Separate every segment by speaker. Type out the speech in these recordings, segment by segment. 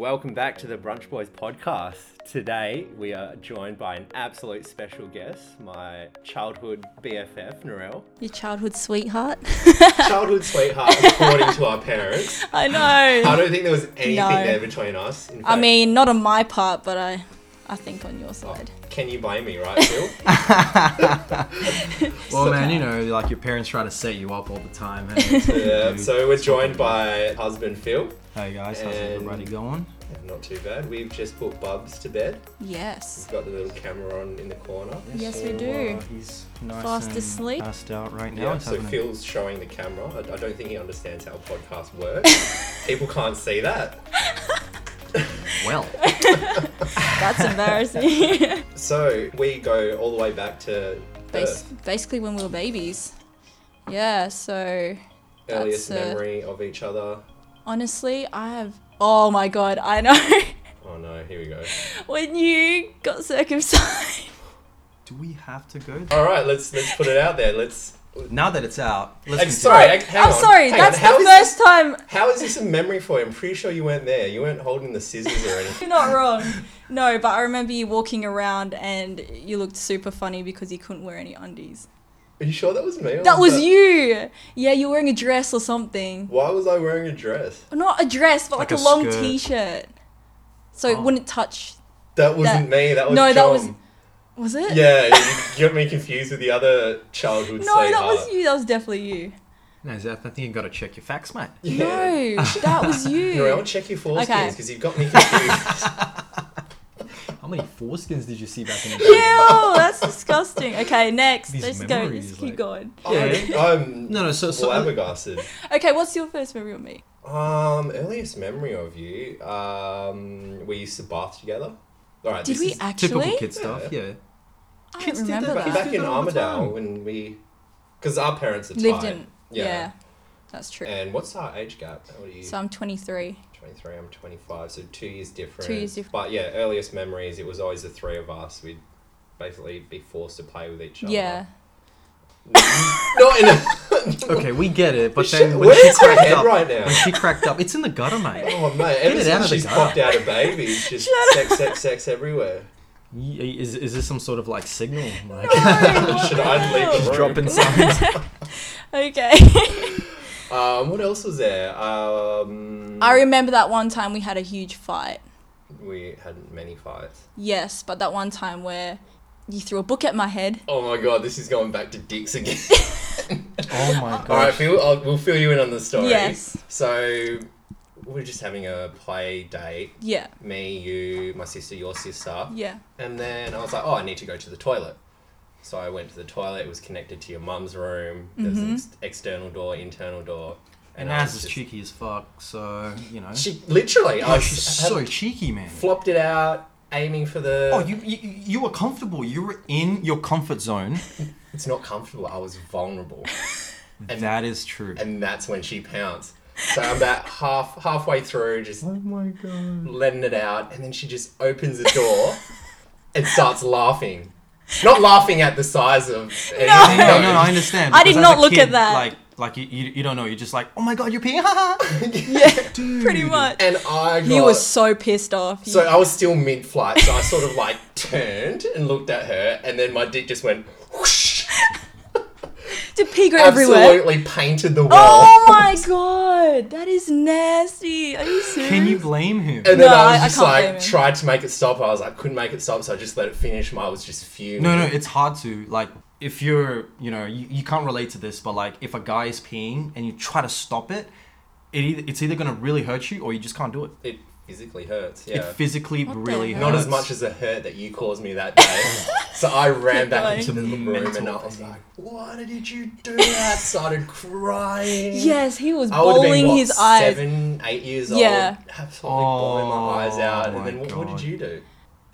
Speaker 1: Welcome back to the Brunch Boys podcast. Today we are joined by an absolute special guest, my childhood BFF, Narelle.
Speaker 2: Your childhood sweetheart.
Speaker 1: Childhood sweetheart, according to our parents.
Speaker 2: I know.
Speaker 1: I don't think there was anything
Speaker 2: No.
Speaker 1: there between us. In
Speaker 2: I
Speaker 1: fact,
Speaker 2: mean, not on my part, but I, I think on
Speaker 1: Oh.
Speaker 2: your side.
Speaker 1: can you blame me, right, Phil?
Speaker 3: Well, man, you know, like your parents try to set you up all the time. Hey,
Speaker 1: yeah, so we're joined by husband Phil.
Speaker 3: hey guys, how's
Speaker 1: And-
Speaker 3: everybody going?
Speaker 1: Not too bad. We've just put Bubs to bed.
Speaker 2: Yes.
Speaker 1: We've got the little camera on in the corner.
Speaker 2: Yes, we do.
Speaker 3: uh, he's nice
Speaker 2: Fast
Speaker 3: and
Speaker 2: asleep.
Speaker 3: Passed out right now.
Speaker 1: Yeah,
Speaker 3: He's
Speaker 1: so
Speaker 3: having a-
Speaker 1: Phil's showing the camera. I, I don't think he understands how podcasts work. People can't see that.
Speaker 3: well,
Speaker 2: That's embarrassing.
Speaker 1: So we go all the way back to
Speaker 2: Bas-
Speaker 1: Perth.
Speaker 2: basically, when we were babies. Yeah, so
Speaker 1: earliest
Speaker 2: that's, uh,
Speaker 1: memory of each other.
Speaker 2: honestly, I have. Oh my god, I know.
Speaker 1: Oh no, here we go.
Speaker 2: when you got circumcised.
Speaker 3: do we have to go? There?
Speaker 1: All right, let's let's put it out there. Let's.
Speaker 3: Now that it's out,
Speaker 1: I'm
Speaker 3: let's
Speaker 1: sorry. I- hang
Speaker 2: I'm
Speaker 1: on,
Speaker 2: sorry,
Speaker 1: hang
Speaker 2: that's
Speaker 1: on. How
Speaker 2: the
Speaker 1: is
Speaker 2: first
Speaker 1: This,
Speaker 2: time.
Speaker 1: how is this a memory for you? I'm pretty sure you weren't there. You weren't holding the scissors or anything.
Speaker 2: You're not wrong. No, but I remember you walking around and you looked super funny because you couldn't wear any undies.
Speaker 1: Are you sure that was me? or
Speaker 2: That was you. Yeah, you were wearing a dress or something.
Speaker 1: Why was I wearing a dress?
Speaker 2: Not a dress, but like,
Speaker 3: Like
Speaker 2: a,
Speaker 3: a
Speaker 2: long
Speaker 3: skirt.
Speaker 2: t-shirt. So it
Speaker 3: Oh.
Speaker 2: wouldn't touch.
Speaker 1: That wasn't
Speaker 2: That-
Speaker 1: me. That was
Speaker 2: no,
Speaker 1: John.
Speaker 2: that was. Was it?
Speaker 1: Yeah, you got me confused with the other childhood.
Speaker 2: No, that
Speaker 1: sweetheart.
Speaker 2: was you. That was definitely you.
Speaker 3: No, Zeth, I think you got to check your facts, mate.
Speaker 1: Yeah.
Speaker 2: No, that was you.
Speaker 1: Noel, check your foreskins
Speaker 2: Okay.
Speaker 1: because you've got me confused.
Speaker 3: How many foreskins did you see back in the
Speaker 2: Ew, that's disgusting. Okay, next.
Speaker 3: These
Speaker 2: Let's go. Let's
Speaker 3: memories,
Speaker 2: keep
Speaker 3: like-
Speaker 2: going.
Speaker 1: I'm, I'm
Speaker 3: No, no. So, so um,
Speaker 1: flabbergasted.
Speaker 2: Okay, what's your first memory of me?
Speaker 1: Um, earliest memory of you. Um, we used to bath together. All right.
Speaker 2: Did
Speaker 1: this
Speaker 2: we
Speaker 1: is-
Speaker 2: actually?
Speaker 3: typical kid stuff. Yeah.
Speaker 2: I
Speaker 3: Kids
Speaker 2: don't
Speaker 3: do that
Speaker 2: remember
Speaker 1: back,
Speaker 3: do
Speaker 2: that.
Speaker 1: back in
Speaker 3: all the
Speaker 1: Armadale
Speaker 3: time.
Speaker 1: when we, because our parents are
Speaker 2: Lived
Speaker 1: tied.
Speaker 2: in.
Speaker 1: Yeah.
Speaker 2: Yeah. that's true.
Speaker 1: And what's our age gap? What are you?
Speaker 2: So I'm 23.
Speaker 1: 23. I'm 25. So two years different.
Speaker 2: Two years different.
Speaker 1: But yeah, earliest memories. It was always the three of us. We'd basically be forced to play with each other.
Speaker 2: Yeah.
Speaker 1: Not in a.
Speaker 3: Okay, we get it, but
Speaker 1: Shit,
Speaker 3: then when she
Speaker 1: where's her
Speaker 3: cracked
Speaker 1: head
Speaker 3: up,
Speaker 1: right now?
Speaker 3: when she cracked up, it's in the gutter, mate.
Speaker 1: Oh mate, ever
Speaker 3: it out
Speaker 1: since
Speaker 3: of the
Speaker 1: she's
Speaker 3: gutter.
Speaker 1: popped out a baby, it's just sex, sex, sex everywhere.
Speaker 3: Y- Is, is this some sort of like signal? Like,
Speaker 2: what
Speaker 1: Should
Speaker 2: the
Speaker 1: I leave
Speaker 2: hell?
Speaker 1: the room?
Speaker 3: dropping signs.
Speaker 2: Okay.
Speaker 1: Um, what else was there? Um,
Speaker 2: I remember that one time we had a huge fight.
Speaker 1: we had many fights.
Speaker 2: Yes, but that one time where you threw a book at my head.
Speaker 1: Oh my god, this is going back to dicks again.
Speaker 3: Oh my god.
Speaker 1: All right, Phil, I'll, we'll fill you in on the story.
Speaker 2: Yes.
Speaker 1: So we're just having a play date.
Speaker 2: Yeah,
Speaker 1: Me, you, my sister, your sister,
Speaker 2: yeah.
Speaker 1: and then I was like, oh, I need to go to the toilet. So I went to the toilet. It was connected to your mum's room. There's
Speaker 2: Mm-hmm.
Speaker 1: an ex- external door, internal door,
Speaker 3: And
Speaker 1: I
Speaker 3: Naz
Speaker 1: was
Speaker 3: is
Speaker 1: just-
Speaker 3: cheeky as fuck, so you know.
Speaker 1: She literally, I
Speaker 3: oh,
Speaker 1: was-
Speaker 3: she's
Speaker 1: had-
Speaker 3: so cheeky, man.
Speaker 1: flopped it out, aiming for the.
Speaker 3: Oh, you, you you were comfortable. You were in your comfort zone.
Speaker 1: It's not comfortable. I was vulnerable,
Speaker 3: that is true.
Speaker 1: and that's when she pounced. So I'm about half halfway through, just
Speaker 3: oh my god.
Speaker 1: letting it out, and then she just opens the door and starts laughing. Not laughing at the size of anything.
Speaker 3: No, no, no, I understand.
Speaker 2: I did
Speaker 3: because as
Speaker 2: not
Speaker 3: a
Speaker 2: look at that.
Speaker 3: Like, like you, you, you don't know. You're just like, oh my god, you're peeing. Ha ha.
Speaker 2: Yeah,
Speaker 3: Dude.
Speaker 2: pretty
Speaker 1: Mm.
Speaker 2: much.
Speaker 1: And I got,
Speaker 2: He was so pissed off. He-
Speaker 1: so I was still mid flight, so I sort of like turned and looked at her, and then my dick just went whoosh,
Speaker 2: Did pee go everywhere?
Speaker 1: absolutely painted the wall.
Speaker 2: Oh my god, that is nasty. Are you serious?
Speaker 3: Can you blame him?
Speaker 1: And
Speaker 2: No,
Speaker 1: then I was
Speaker 2: I- I
Speaker 1: just
Speaker 2: can't blame
Speaker 1: like
Speaker 2: him.
Speaker 1: tried to make it stop. I was like couldn't make it stop, so I just let it finish. and I was just fuming.
Speaker 3: No, no, it's hard to like. If you're, you know, you, you can't relate to this, but like, if a guy is peeing and you try to stop it, it either, it's either gonna really hurt you or you just can't do it.
Speaker 1: it physically hurts. Yeah,
Speaker 3: It physically
Speaker 2: What the
Speaker 3: really
Speaker 2: hell?
Speaker 1: not as
Speaker 3: hurts.
Speaker 1: much as the hurt that you caused me that day. so I ran back
Speaker 2: Like-
Speaker 1: into the room
Speaker 3: Mental
Speaker 1: and I was
Speaker 3: thing.
Speaker 1: like, "Why did you do that?" Started crying.
Speaker 2: Yes, he was
Speaker 1: I would have been
Speaker 2: bowling
Speaker 1: what,
Speaker 2: his eyes.
Speaker 1: seven, eight years
Speaker 2: Yeah.
Speaker 1: old, absolutely bawling my eyes
Speaker 3: Oh
Speaker 1: out. And
Speaker 3: my
Speaker 1: then what, what did
Speaker 3: God.
Speaker 1: you do?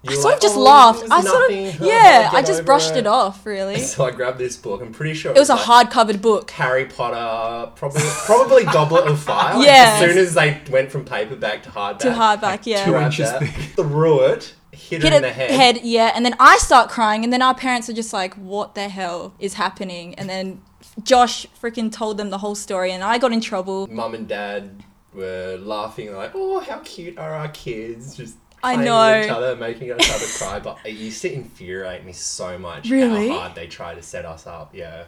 Speaker 1: You
Speaker 2: I
Speaker 1: were
Speaker 2: sort
Speaker 1: like,
Speaker 2: of just
Speaker 1: "Oh, it
Speaker 2: laughed.
Speaker 1: was
Speaker 2: I sort
Speaker 1: nothing.
Speaker 2: of, yeah, I
Speaker 1: Get
Speaker 2: just
Speaker 1: over
Speaker 2: brushed it off, really. It
Speaker 1: So I grabbed this book. I'm pretty sure it
Speaker 2: was a
Speaker 1: like-
Speaker 2: hard-covered book.
Speaker 1: Harry Potter, probably probably Goblet of Fire. Like,
Speaker 2: Yes.
Speaker 1: As soon as they went from paperback to hardback,
Speaker 2: To hardback, yeah.
Speaker 3: two
Speaker 1: grabbed
Speaker 3: inches
Speaker 1: that,
Speaker 3: thick.
Speaker 1: threw it, hit,
Speaker 2: hit
Speaker 1: her in
Speaker 2: it
Speaker 1: the head.
Speaker 2: yeah and then i start crying and then our parents are just like what the hell is happening and then josh freaking told them the whole story and i got in trouble
Speaker 1: Mum and Dad were laughing like, "Oh, how cute are our kids?" Just
Speaker 2: I
Speaker 1: playing
Speaker 2: know.
Speaker 1: with each other, making each other cry. But it used to infuriate me so much
Speaker 2: Really?
Speaker 1: how hard they try to set us up. Yeah,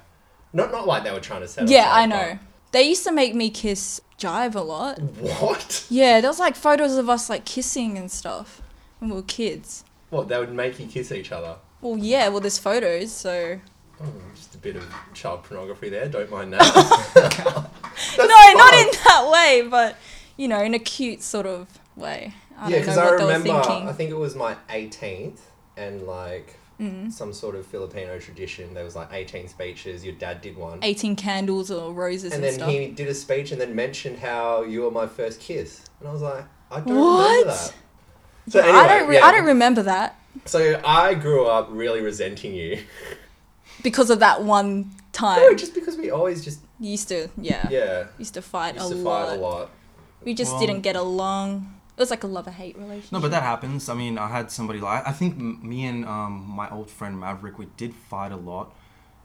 Speaker 1: not not like they were trying to set.
Speaker 2: Yeah,
Speaker 1: us up,
Speaker 2: I know. They used to make me kiss Jive a lot.
Speaker 1: but- What?
Speaker 2: Yeah, there was like photos of us like kissing and stuff when we were kids.
Speaker 1: What? They would make you kiss each other.
Speaker 2: Well, yeah, well, there's photos, so.
Speaker 1: Oh, just a bit of child pornography there. Don't mind that.
Speaker 2: no, not in that way, but, you know, in a cute sort of way. I
Speaker 1: yeah,
Speaker 2: don't
Speaker 1: because
Speaker 2: know
Speaker 1: I
Speaker 2: what
Speaker 1: remember,
Speaker 2: they were thinking.
Speaker 1: I think it was my 18th, and like
Speaker 2: Mm.
Speaker 1: some sort of Filipino tradition, there was like 18 speeches. Your dad did one.
Speaker 2: 18 candles or roses and,
Speaker 1: and then
Speaker 2: stuff.
Speaker 1: he did a speech and then mentioned how you were my first kiss. And I was like, I don't
Speaker 2: What?
Speaker 1: remember that. So
Speaker 2: I
Speaker 1: anyway,
Speaker 2: don't. Re-
Speaker 1: yeah.
Speaker 2: I don't remember that
Speaker 1: So I grew up really resenting you.
Speaker 2: because of that one time.
Speaker 1: No, just because we always just
Speaker 2: You used to, yeah,
Speaker 1: yeah
Speaker 2: used to fight,
Speaker 1: used to
Speaker 2: a, lot.
Speaker 1: fight a lot.
Speaker 2: We just
Speaker 3: Well-
Speaker 2: didn't get along. It was like a love or hate relationship.
Speaker 3: No, but that happens. I mean, I had somebody like I think m- me and um, my old friend Maverick we did fight a lot,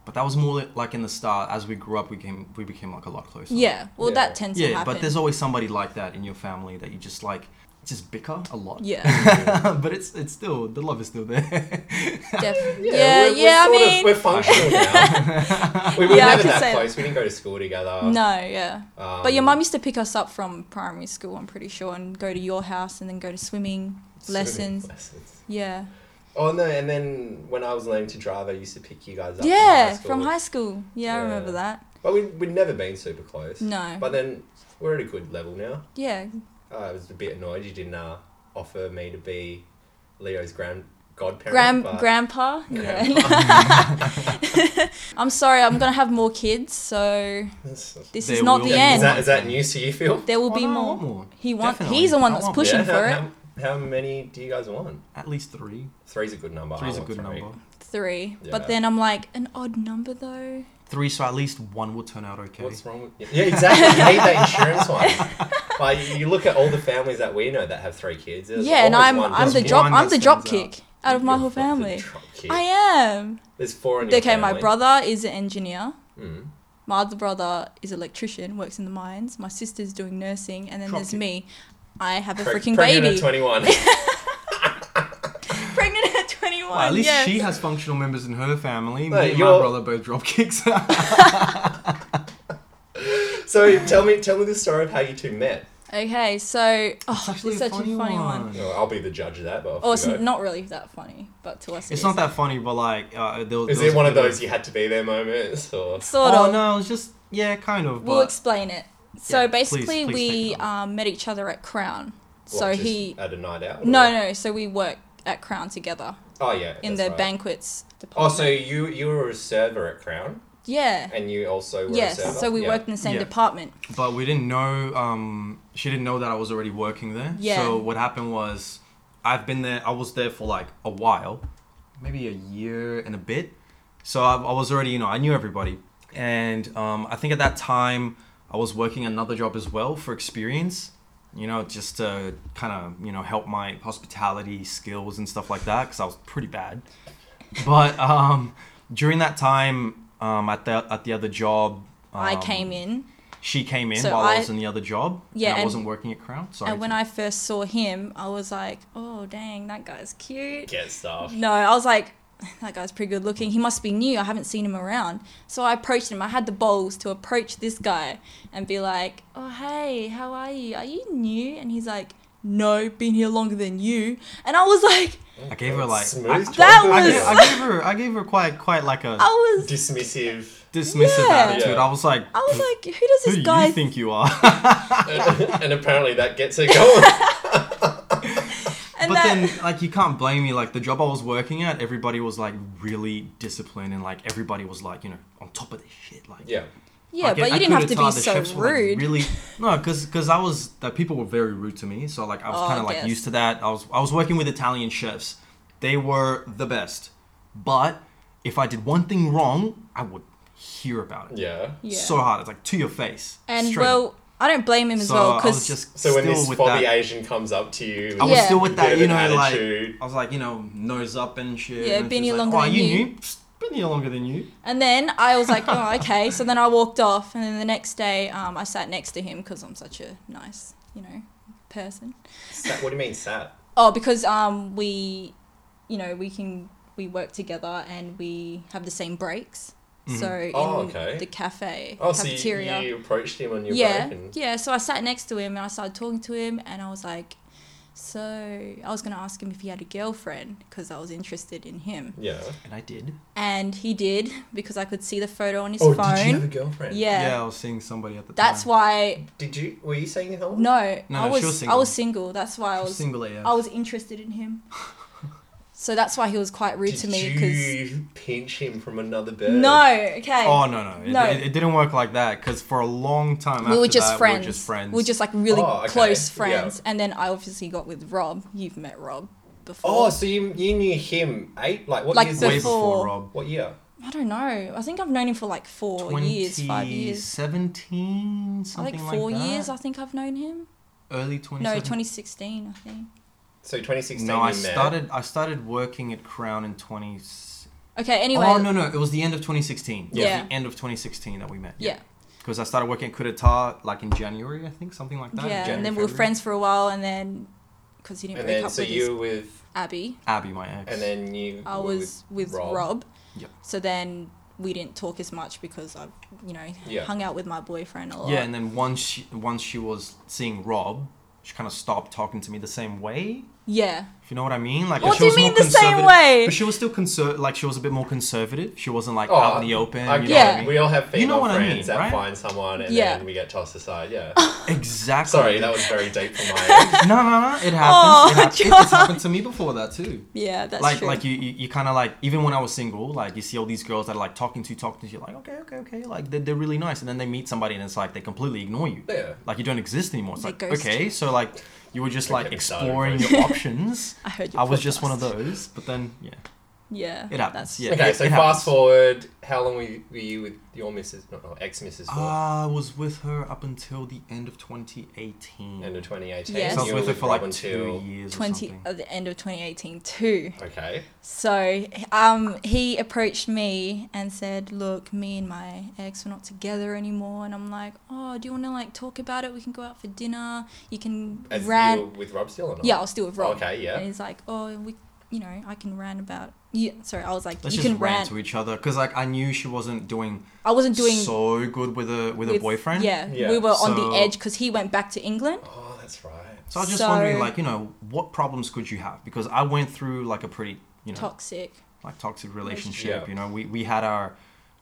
Speaker 3: but that was more like in the start. As we grew up, we came we became like a lot closer.
Speaker 2: yeah, well,
Speaker 1: Yeah.
Speaker 2: that tends to
Speaker 3: yeah.
Speaker 2: happen.
Speaker 3: But there's always somebody like that in your family that you just like just bicker a lot.
Speaker 2: yeah,
Speaker 3: but it's it's still the love is still there.
Speaker 2: definitely. Yeah, yeah.
Speaker 1: we're, we're sort Of, we're
Speaker 2: I mean,
Speaker 1: functional now. we were
Speaker 2: Yeah, I
Speaker 1: never
Speaker 2: could
Speaker 1: that
Speaker 2: say that.
Speaker 1: close. We didn't go to school together.
Speaker 2: no, yeah.
Speaker 1: Um,
Speaker 2: but your mum used to pick us up from primary school, I'm pretty sure, and go to your house and then go to swimming
Speaker 1: swimming
Speaker 2: lessons.
Speaker 1: lessons.
Speaker 2: Yeah,
Speaker 1: Oh no! And then when I was learning to drive, I used to pick you guys up.
Speaker 2: yeah,
Speaker 1: from
Speaker 2: from
Speaker 1: high.
Speaker 2: high school. Yeah, I
Speaker 1: Yeah.
Speaker 2: remember that.
Speaker 1: School. But we we'd never been super close.
Speaker 2: No.
Speaker 1: But then we're at a good level now. Uh,
Speaker 2: Yeah,
Speaker 1: I was a bit annoyed you didn't uh, offer me to be Leo's grand godparent.
Speaker 2: Grand
Speaker 1: but
Speaker 2: grandpa. Yeah. I'm sorry. I'm gonna have more kids, so
Speaker 1: That's- that's-
Speaker 2: this
Speaker 3: There
Speaker 2: is not
Speaker 3: will
Speaker 2: the
Speaker 3: be-
Speaker 1: Is
Speaker 2: end.
Speaker 1: that is that news to you, Phil?
Speaker 2: there will
Speaker 3: Oh,
Speaker 2: be
Speaker 3: no, I
Speaker 2: more.
Speaker 3: want more.
Speaker 2: He wants.
Speaker 3: Definitely.
Speaker 2: He's the one
Speaker 3: I
Speaker 2: that's
Speaker 3: want
Speaker 2: pushing
Speaker 1: Yeah,
Speaker 2: for
Speaker 1: how,
Speaker 2: it.
Speaker 1: How, how many do you guys want?
Speaker 3: At least three.
Speaker 1: Three's a good number. I
Speaker 3: Three's a
Speaker 1: want
Speaker 3: good
Speaker 1: three.
Speaker 3: number.
Speaker 2: Three.
Speaker 1: Yeah.
Speaker 2: But then I'm like an odd number though.
Speaker 3: Three, so at least one will turn out okay.
Speaker 1: What's wrong with Yeah, exactly. You need that insurance one. Like you look at all the families that we know that have three kids. there's
Speaker 2: yeah, and
Speaker 1: always
Speaker 2: I'm
Speaker 1: one
Speaker 2: I'm the
Speaker 1: person-
Speaker 3: Just
Speaker 2: drop
Speaker 3: one
Speaker 2: I'm
Speaker 3: that
Speaker 2: the drop
Speaker 3: stands
Speaker 2: kick out of my
Speaker 1: You're
Speaker 2: whole
Speaker 1: a fucking
Speaker 2: family.
Speaker 1: drop kid.
Speaker 2: I am.
Speaker 1: There's four in your
Speaker 2: Okay, my
Speaker 1: family.
Speaker 2: brother is an engineer.
Speaker 1: Mm.
Speaker 2: My other brother is electrician, works in the mines. My sister's doing nursing, and then
Speaker 3: Drop
Speaker 2: there's
Speaker 3: kick.
Speaker 2: me. I have a
Speaker 1: Pre-
Speaker 2: freaking
Speaker 1: pregnant at
Speaker 2: baby.
Speaker 1: 21.
Speaker 2: pregnant at 21.
Speaker 3: Well, at least
Speaker 2: yeah.
Speaker 3: she has functional members in her family.
Speaker 1: Hey,
Speaker 3: Me and
Speaker 1: you're-
Speaker 3: my brother both drop kicks.
Speaker 1: so tell me, tell me the story of how you two met.
Speaker 2: Okay, so oh, it's
Speaker 3: actually a
Speaker 2: such
Speaker 3: funny
Speaker 2: a funny one.
Speaker 3: one.
Speaker 1: Oh, I'll be the judge of that, but off
Speaker 2: Or
Speaker 1: you
Speaker 2: it's
Speaker 1: go.
Speaker 2: not really that funny, but to us,
Speaker 3: It's not that funny, but like, uh, there was.
Speaker 1: Is
Speaker 3: there
Speaker 1: it
Speaker 3: was a
Speaker 1: one of
Speaker 3: bit
Speaker 1: those you had to be there moments, or
Speaker 2: Sort
Speaker 3: oh
Speaker 2: of.
Speaker 3: no, it's just yeah, kind of.
Speaker 2: We'll
Speaker 3: But
Speaker 2: explain it. So
Speaker 3: Yeah, please-
Speaker 2: basically,
Speaker 3: please
Speaker 2: we
Speaker 3: take it on.
Speaker 2: um, met each other at Crown.
Speaker 1: what,
Speaker 2: So
Speaker 1: just
Speaker 2: he.
Speaker 1: at a night out?
Speaker 2: No,
Speaker 1: or-
Speaker 2: no. So we work at Crown together
Speaker 1: Oh yeah,
Speaker 2: in
Speaker 1: that's
Speaker 2: the
Speaker 1: right.
Speaker 2: banquets
Speaker 1: Oh,
Speaker 2: department.
Speaker 1: so you you were a server at Crown,
Speaker 2: yeah.
Speaker 1: and you also were a server.
Speaker 2: Yes. So we
Speaker 1: yeah.
Speaker 2: worked in the same
Speaker 3: Yeah.
Speaker 2: department.
Speaker 3: but we didn't know. Um, she didn't know that I was already working there.
Speaker 2: Yeah.
Speaker 3: So what happened was, I've been there. I was there for like a while, maybe a year and a bit. So I, I was already, you know, I knew everybody, and um, I think at that time I was working another job as well for experience. You know, just to kind of you know help my hospitality skills and stuff like that because I was pretty bad. But um, during that time um, at the at the other job, um,
Speaker 2: I came in,
Speaker 3: she came in
Speaker 2: So
Speaker 3: while I,
Speaker 2: I-
Speaker 3: was in the other job.
Speaker 2: Yeah,
Speaker 3: and I
Speaker 2: and-
Speaker 3: wasn't working at Crown. Sorry.
Speaker 2: and when
Speaker 3: to-
Speaker 2: I first saw him, I was like, "Oh, dang, that guy's cute."
Speaker 1: Get stuff.
Speaker 2: No, I was like, that guy's pretty good looking. He must be new. I haven't seen him around. So I approached him. I had the balls to approach this guy and be like, oh, hey, how are you? Are you new? And he's like, no, been here longer than you. And I was like,
Speaker 3: I gave her like
Speaker 1: Smooth
Speaker 3: I,
Speaker 1: talk.
Speaker 2: That
Speaker 3: I
Speaker 2: was-
Speaker 3: gave, I gave her I gave her quite quite like a
Speaker 2: I was,
Speaker 1: dismissive.
Speaker 3: dismissive
Speaker 2: Yeah.
Speaker 3: attitude.
Speaker 1: Yeah.
Speaker 3: I was like,
Speaker 2: I was like, who does
Speaker 3: who
Speaker 2: this
Speaker 3: do
Speaker 2: guy
Speaker 3: you think you are?
Speaker 1: and apparently that gets it going.
Speaker 2: And
Speaker 3: but
Speaker 2: that,
Speaker 3: then like you can't blame me. Like the job I was working at, everybody was like really disciplined and like everybody was like you know on top of their shit. Like
Speaker 1: yeah.
Speaker 2: yeah,
Speaker 3: Like,
Speaker 2: but
Speaker 3: I
Speaker 2: you didn't have
Speaker 3: could've
Speaker 2: to be
Speaker 3: told the
Speaker 2: so
Speaker 3: chefs were, like,
Speaker 2: rude.
Speaker 3: really, no, because I was like people were very rude to me, so like I was
Speaker 2: Oh, I
Speaker 3: kind of like
Speaker 2: guess.
Speaker 3: used to that. I was I was working with Italian chefs; they were the best. But if I did one thing wrong, I would hear about it.
Speaker 1: Yeah.
Speaker 2: yeah.
Speaker 3: So hard, it's like to your face.
Speaker 2: and
Speaker 3: straight
Speaker 2: well,
Speaker 3: up.
Speaker 2: I don't blame him as
Speaker 3: so
Speaker 2: well
Speaker 3: I was
Speaker 2: because
Speaker 3: just
Speaker 1: So when
Speaker 3: still
Speaker 1: this
Speaker 3: with
Speaker 1: Bobby
Speaker 3: that.
Speaker 1: Asian comes up to you,
Speaker 3: I was
Speaker 2: Yeah.
Speaker 3: still with
Speaker 1: Bit
Speaker 3: that,
Speaker 1: of
Speaker 3: you
Speaker 1: an
Speaker 3: know,
Speaker 1: attitude.
Speaker 3: like I was like, you know, nose up and shit.
Speaker 2: Yeah,
Speaker 3: and
Speaker 2: been
Speaker 3: she's
Speaker 2: here
Speaker 3: like,
Speaker 2: longer
Speaker 3: oh,
Speaker 2: than
Speaker 3: you.
Speaker 2: you."
Speaker 3: New? Psst, Been here longer than you.
Speaker 2: And then I was like, oh, okay. So then I walked off, and then the next day, um, I sat next to him because I'm such a nice you know, person.
Speaker 1: Sat, what do you mean sat?
Speaker 2: Oh, because um we, you know, we can we work together and we have the same breaks. So in
Speaker 1: Oh, okay.
Speaker 2: the cafe
Speaker 1: Oh, so you,
Speaker 2: cafeteria.
Speaker 1: you approached him on your
Speaker 2: yeah,
Speaker 1: break and
Speaker 2: yeah. So I sat next to him and I started talking to him and I was like, so I was gonna ask him if he had a girlfriend because I was interested in him,
Speaker 1: yeah.
Speaker 3: And I did.
Speaker 2: and he did because I could see the photo on his
Speaker 1: oh,
Speaker 2: phone.
Speaker 1: did you have a girlfriend?
Speaker 2: yeah.
Speaker 3: Yeah, I was seeing somebody at the
Speaker 2: That's
Speaker 3: time.
Speaker 2: why
Speaker 1: Did you? Were you saying hello?
Speaker 2: no,
Speaker 3: No,
Speaker 2: I
Speaker 3: she
Speaker 2: was,
Speaker 3: was
Speaker 2: I
Speaker 3: single.
Speaker 2: was single. That's why I was
Speaker 3: single AF.
Speaker 2: I was interested in him. so that's why he was quite rude
Speaker 1: Did
Speaker 2: to me because
Speaker 1: you pinch him from another bird?
Speaker 2: no, okay.
Speaker 3: Oh no no, it,
Speaker 2: No.
Speaker 3: It, it didn't work like that because for a long time
Speaker 2: we
Speaker 3: after
Speaker 2: were just
Speaker 3: that,
Speaker 2: friends.
Speaker 3: we were just friends.
Speaker 2: like really
Speaker 1: Oh, okay.
Speaker 2: close
Speaker 1: Yeah.
Speaker 2: friends. And then I obviously got with Rob. You've met Rob before.
Speaker 1: Oh, so you you knew him eight? Like what
Speaker 2: Like
Speaker 1: years?
Speaker 2: the-
Speaker 3: way
Speaker 2: before.
Speaker 3: before Rob.
Speaker 1: What year?
Speaker 2: I don't know. I think I've known him for like four years, five years.
Speaker 3: 2017,
Speaker 2: I
Speaker 3: something
Speaker 2: think four
Speaker 3: like that.
Speaker 2: years. I think I've known him.
Speaker 3: Early 2017.
Speaker 2: No, 2016. I think.
Speaker 1: So 2016.
Speaker 3: No,
Speaker 1: you
Speaker 3: I
Speaker 1: met.
Speaker 3: started. I started working at Crown in 20.
Speaker 2: Okay. Anyway.
Speaker 3: Oh no no, it was the end of 2016. It was
Speaker 2: Yeah.
Speaker 3: the end of 2016 that we met.
Speaker 2: Yeah.
Speaker 3: Because I started working at Coup d'etat like in January, I think, something like that.
Speaker 2: Yeah.
Speaker 3: January,
Speaker 2: and then we were
Speaker 3: February.
Speaker 2: friends for a while, and then because he didn't
Speaker 1: And
Speaker 2: break
Speaker 1: then
Speaker 2: up
Speaker 1: so
Speaker 2: with
Speaker 1: you
Speaker 2: his
Speaker 1: were with
Speaker 2: Abby,
Speaker 3: Abby, my ex.
Speaker 1: and then you.
Speaker 2: I
Speaker 1: were
Speaker 2: was with, Rob.
Speaker 3: Yep.
Speaker 2: So then we didn't talk as much because I, you know,
Speaker 1: Yeah.
Speaker 2: hung out with my boyfriend a lot.
Speaker 3: Yeah, and then once she once she was seeing Rob, she kind of stopped talking to me the same way.
Speaker 2: yeah.
Speaker 3: If you know what I mean, like
Speaker 2: What
Speaker 3: she
Speaker 2: do you
Speaker 3: was more
Speaker 2: mean the same
Speaker 3: conservative-
Speaker 2: way?
Speaker 3: But she was still conserv like she was a bit more conservative. She wasn't like
Speaker 1: Oh,
Speaker 3: out in the open.
Speaker 1: I
Speaker 3: you know
Speaker 1: get
Speaker 2: Yeah.
Speaker 1: it.
Speaker 3: what
Speaker 1: We all have female
Speaker 3: You know what I
Speaker 1: friends
Speaker 3: mean,
Speaker 1: that
Speaker 3: right?
Speaker 1: find someone and
Speaker 2: Yeah.
Speaker 1: then we get tossed aside. Yeah.
Speaker 3: I mean? Exactly.
Speaker 1: Sorry, that was very deep for my. end.
Speaker 3: no, no, no. It happens.
Speaker 2: Oh,
Speaker 3: it happens. It-
Speaker 2: God.
Speaker 3: it's happened to me before that too.
Speaker 2: Yeah, that's
Speaker 3: like,
Speaker 2: true.
Speaker 3: like you, you, you kind of like even when I was single, like you see all these girls that are like talking to, you, talking to, you, you're like okay, okay, okay, like they're, they're really nice, and then they meet somebody and it's like they completely ignore you.
Speaker 1: Yeah.
Speaker 3: like you don't exist anymore. It's
Speaker 2: They
Speaker 3: like
Speaker 2: ghost
Speaker 3: okay, so like you were just
Speaker 1: Don't
Speaker 3: like
Speaker 1: get me started,
Speaker 3: exploring
Speaker 1: bro.
Speaker 3: your options.
Speaker 2: I heard your
Speaker 3: I was just one of
Speaker 2: podcast.
Speaker 3: those, but then yeah,
Speaker 2: Yeah.
Speaker 3: it happens.
Speaker 2: that's-
Speaker 3: yeah,
Speaker 1: Okay,
Speaker 3: it-
Speaker 1: so
Speaker 3: it
Speaker 1: fast
Speaker 3: happens.
Speaker 1: forward. How long were you, were you with your missus, not no, ex missus, for?
Speaker 3: Ah, I was with her up until the end of 2018.
Speaker 1: end of 2018.
Speaker 2: Yes. uh,
Speaker 3: so I was
Speaker 1: You
Speaker 3: with
Speaker 1: were
Speaker 3: her for like
Speaker 1: Rob
Speaker 3: two
Speaker 1: until-
Speaker 3: years. Or
Speaker 2: 20
Speaker 3: something.
Speaker 2: at the end of 2018 too.
Speaker 1: Okay.
Speaker 2: So um, he approached me and said, "Look, me and my ex we're not together anymore." And I'm like, "Oh, do you want to like talk about it? We can go out for dinner. You can
Speaker 1: As
Speaker 2: rant."
Speaker 1: you were with Rob still or not?
Speaker 2: Yeah, I'll still with Rob.
Speaker 1: Okay, yeah.
Speaker 2: And he's like, "Oh, we, you know, I can rant about." Yeah, sorry, I was like,
Speaker 3: Let's
Speaker 2: "You
Speaker 3: just
Speaker 2: can rant."
Speaker 3: to each other because like I knew she wasn't doing,
Speaker 2: I wasn't doing
Speaker 3: so good with a with, a
Speaker 2: with-
Speaker 3: boyfriend.
Speaker 2: Yeah,
Speaker 1: Yeah.
Speaker 2: we were on
Speaker 3: So-
Speaker 2: the edge because he went back to England.
Speaker 1: Oh, that's right.
Speaker 3: So I was just
Speaker 2: So-
Speaker 3: wondering, like, you know, what problems could you have? Because I went through like a pretty, you know,
Speaker 2: Toxic.
Speaker 3: like toxic relationship.
Speaker 1: Yeah.
Speaker 3: You know, we, we had our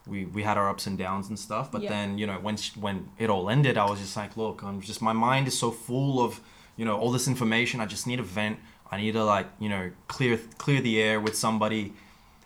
Speaker 3: we, we had our ups and downs and stuff. But
Speaker 2: Yeah.
Speaker 3: then, you know, when sh- when it all ended, I was just like, look, I'm just my mind is so full of you know all this information. I just need a vent. I need to like you know clear clear the air with somebody.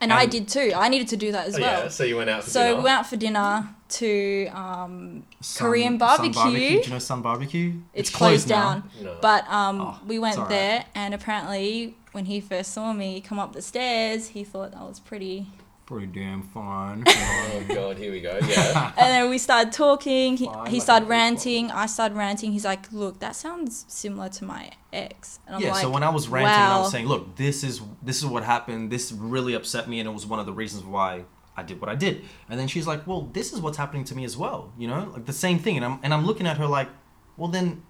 Speaker 2: And, I
Speaker 3: And-
Speaker 2: did too. I needed to do that as
Speaker 1: Oh,
Speaker 2: well.
Speaker 1: yeah, so you went out for
Speaker 2: so
Speaker 1: dinner.
Speaker 2: we went out for dinner to um,
Speaker 3: Sun-
Speaker 2: Korean
Speaker 3: Sun
Speaker 2: barbecue.
Speaker 3: barbecue. Do you know Sun Barbecue?
Speaker 2: it's, closed,
Speaker 3: now.
Speaker 2: down.
Speaker 1: No.
Speaker 2: But um,
Speaker 3: Oh,
Speaker 2: we
Speaker 3: it's
Speaker 2: went
Speaker 3: alright.
Speaker 2: there, and apparently, when he first saw me come up the stairs, he thought I was pretty.
Speaker 3: Pretty damn fun.
Speaker 1: oh god, here we go. Yeah.
Speaker 2: And then we started talking. He,
Speaker 3: Fine,
Speaker 2: he
Speaker 3: like
Speaker 2: started
Speaker 3: a baseball.
Speaker 2: ranting. I started ranting. He's like, "Look, that sounds similar to my ex." And I'm
Speaker 3: yeah,
Speaker 2: like,
Speaker 3: so when I was ranting, I
Speaker 2: "Wow."
Speaker 3: was saying, "Look, this is this is what happened. This really upset me, and it was one of the reasons why I did what I did." And then she's like, "Well, this is what's happening to me as well. You know, like the same thing." And I'm and I'm looking at her like, "Well, then,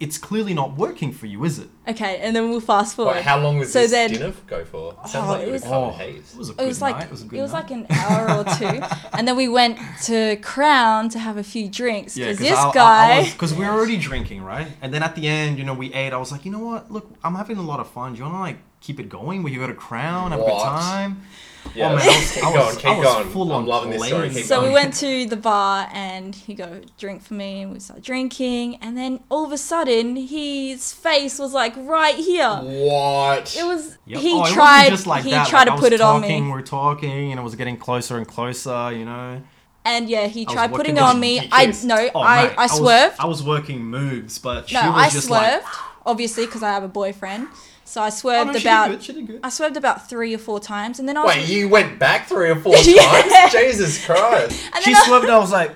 Speaker 3: it's clearly not working for you, is it?"
Speaker 2: "Okay," and then we'll fast forward.
Speaker 1: Wait, how long was
Speaker 2: So
Speaker 1: this
Speaker 2: then-
Speaker 1: dinner go for? Sounds
Speaker 2: Oh,
Speaker 1: like
Speaker 2: it
Speaker 1: you were
Speaker 2: was-
Speaker 1: covered
Speaker 3: it
Speaker 1: heaps.
Speaker 3: was a good
Speaker 2: it was like
Speaker 3: night. It was a good night.
Speaker 2: like an hour or two, and then we went to Crown to have a few drinks because this guy.
Speaker 3: because we were already drinking, right? And then at the end, you know, we ate. I was like, you know what? Look, I'm having a lot of fun. Do you want to like keep it going? We could go to Crown, have a
Speaker 1: What?
Speaker 3: good time.
Speaker 1: Yeah,
Speaker 3: Oh, man, I was-
Speaker 1: keep
Speaker 3: I
Speaker 1: going,
Speaker 3: was-
Speaker 1: keep
Speaker 3: I was
Speaker 1: going.
Speaker 3: full
Speaker 1: I'm
Speaker 3: on
Speaker 1: loving this story.
Speaker 3: blazed.
Speaker 1: Keep
Speaker 2: So
Speaker 1: going.
Speaker 2: we went to the bar and he go drink for me and we started drinking and then all of a sudden his face was like right here.
Speaker 1: What?
Speaker 2: It was
Speaker 3: Yep.
Speaker 2: he
Speaker 3: Oh, it wasn't
Speaker 2: tried
Speaker 3: just like
Speaker 2: he
Speaker 3: that,
Speaker 2: tried
Speaker 3: like,
Speaker 2: to
Speaker 3: I
Speaker 2: put it
Speaker 3: was
Speaker 2: on
Speaker 3: talking,
Speaker 2: me
Speaker 3: We're talking, and it was getting closer and closer. You know.
Speaker 2: and yeah he
Speaker 3: was
Speaker 2: tried
Speaker 3: working
Speaker 2: putting it
Speaker 3: on
Speaker 2: on
Speaker 3: you.
Speaker 2: me.
Speaker 1: You
Speaker 2: I
Speaker 1: kissed.
Speaker 2: no
Speaker 3: Oh,
Speaker 2: I,
Speaker 3: mate,
Speaker 2: I
Speaker 3: was-
Speaker 2: swerved.
Speaker 3: I was working moves, but she
Speaker 2: no
Speaker 3: was
Speaker 2: I
Speaker 3: just
Speaker 2: swerved
Speaker 3: like.
Speaker 2: obviously because I have a boyfriend. So I
Speaker 3: Oh,
Speaker 2: swerved
Speaker 3: no, she did good.
Speaker 2: about
Speaker 3: She did good.
Speaker 2: I swerved about three or four times and then I was
Speaker 1: Wait, you went back three or four
Speaker 2: Yeah.
Speaker 1: times? Jesus Christ.
Speaker 2: and
Speaker 3: She
Speaker 2: then I-
Speaker 3: swerved. I was like,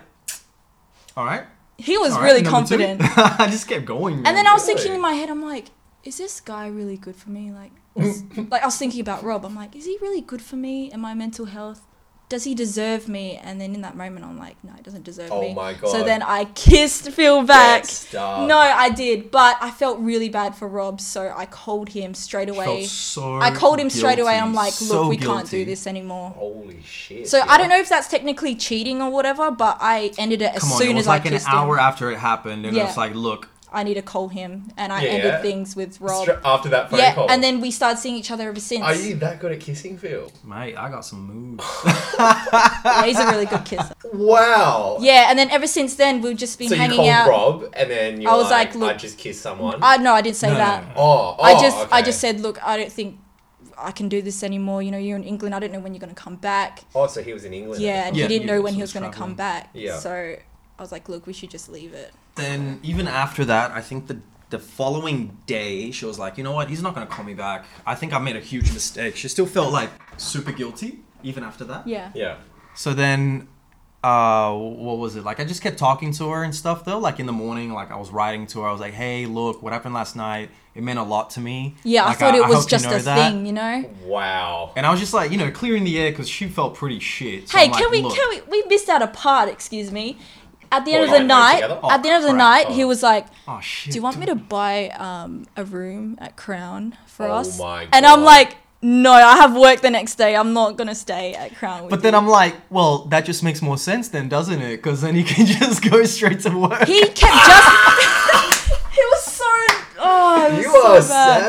Speaker 3: all right.
Speaker 2: he was
Speaker 3: all right,
Speaker 2: really
Speaker 3: number two."
Speaker 2: confident.
Speaker 3: I just kept going. man.
Speaker 2: And then I was
Speaker 1: Really?
Speaker 2: thinking in my head, I'm like, is this guy really good for me? Like, is- like I was thinking about Rob. I'm like, is he really good for me and my mental health? does he deserve me? And then in that moment, I'm like, no, he doesn't deserve
Speaker 1: Oh
Speaker 2: me.
Speaker 1: my
Speaker 2: So
Speaker 1: God.
Speaker 2: then I kissed Phil back.
Speaker 3: Uh,
Speaker 1: stuff.
Speaker 2: No, I did, but I felt really bad for Rob, so I called him straight away.
Speaker 3: Felt so
Speaker 2: I called him straight away. I'm
Speaker 3: guilty,
Speaker 2: like, look,
Speaker 3: so
Speaker 2: we can't do
Speaker 3: guilty. Oh,
Speaker 2: this anymore.
Speaker 1: Holy shit.
Speaker 2: So
Speaker 1: yeah.
Speaker 2: I don't know if that's technically cheating or whatever, but I ended it as
Speaker 3: Come on,
Speaker 2: soon
Speaker 3: it was
Speaker 2: as
Speaker 3: like
Speaker 2: I
Speaker 3: an
Speaker 2: kissed
Speaker 3: hour
Speaker 2: him.
Speaker 3: after it happened, and
Speaker 2: Yeah.
Speaker 3: it's like, look,
Speaker 2: I need to call him, and I
Speaker 1: Yeah,
Speaker 2: ended
Speaker 1: yeah.
Speaker 2: things with Rob.
Speaker 1: Stra- After that phone
Speaker 2: yeah,
Speaker 1: call.
Speaker 2: and then we started seeing each other ever since.
Speaker 1: Are you that good at kissing, Phil?
Speaker 3: mate, I got some moves.
Speaker 2: Yeah, he's a really good kisser.
Speaker 1: Wow.
Speaker 2: Yeah, and then ever since then we've just been
Speaker 1: So you
Speaker 2: hanging
Speaker 1: called
Speaker 2: out.
Speaker 1: Rob, and then you
Speaker 2: I
Speaker 1: were
Speaker 2: was
Speaker 1: like,
Speaker 2: like, look-
Speaker 1: I just kissed someone.
Speaker 2: I no, I didn't say
Speaker 3: No, no,
Speaker 2: that.
Speaker 3: no.
Speaker 1: oh, oh,
Speaker 2: I just I
Speaker 1: okay.
Speaker 2: just said, look, I don't think I can do this anymore. You know, you're in England. I don't know when you're gonna come back.
Speaker 1: Oh, so he was in England.
Speaker 2: Yeah, and
Speaker 3: Yeah,
Speaker 2: he didn't
Speaker 3: you
Speaker 2: know when he
Speaker 3: sort
Speaker 2: was
Speaker 3: of
Speaker 2: gonna
Speaker 3: travelling.
Speaker 2: come back.
Speaker 1: Yeah.
Speaker 2: So I was like, look, we should just leave it.
Speaker 3: then even after that, I think the the following day she was like, you know what, he's not gonna call me back. I think I made a huge mistake. She still felt like super guilty even after that.
Speaker 2: Yeah.
Speaker 1: Yeah.
Speaker 3: So then, uh, what was it like? I just kept talking to her and stuff though. Like in the morning, like I was writing to her. I was like, hey, look, what happened last night? It meant a lot to me.
Speaker 2: Yeah,
Speaker 3: Like,
Speaker 2: I thought it
Speaker 3: hope
Speaker 2: was
Speaker 3: you
Speaker 2: just
Speaker 3: know
Speaker 2: a
Speaker 3: that."
Speaker 2: thing, you know.
Speaker 1: Wow.
Speaker 3: And I was just like, you know, clearing the air because she felt pretty shit. So
Speaker 2: hey,
Speaker 3: I'm
Speaker 2: can
Speaker 3: like,
Speaker 2: we
Speaker 3: "Look."
Speaker 2: can we we missed out a part? Excuse me. At the
Speaker 1: What,
Speaker 2: end
Speaker 1: like,
Speaker 2: of the night,
Speaker 1: together?
Speaker 2: at the end of the
Speaker 3: Oh,
Speaker 2: night,
Speaker 1: crap.
Speaker 2: he was like,
Speaker 3: Oh shit.
Speaker 2: "Do you want me to buy um, a room at Crown for
Speaker 1: Oh
Speaker 2: us?"
Speaker 1: my
Speaker 2: And I'm
Speaker 1: God.
Speaker 2: like, "No, I have work the next day. I'm not gonna stay at Crown." With
Speaker 3: But then
Speaker 2: you."
Speaker 3: I'm like, well, that just makes more sense then, doesn't it? Because then you can just go straight to work.
Speaker 2: He kept just. he was so. Oh, it was
Speaker 1: You
Speaker 2: so
Speaker 1: are
Speaker 2: bad.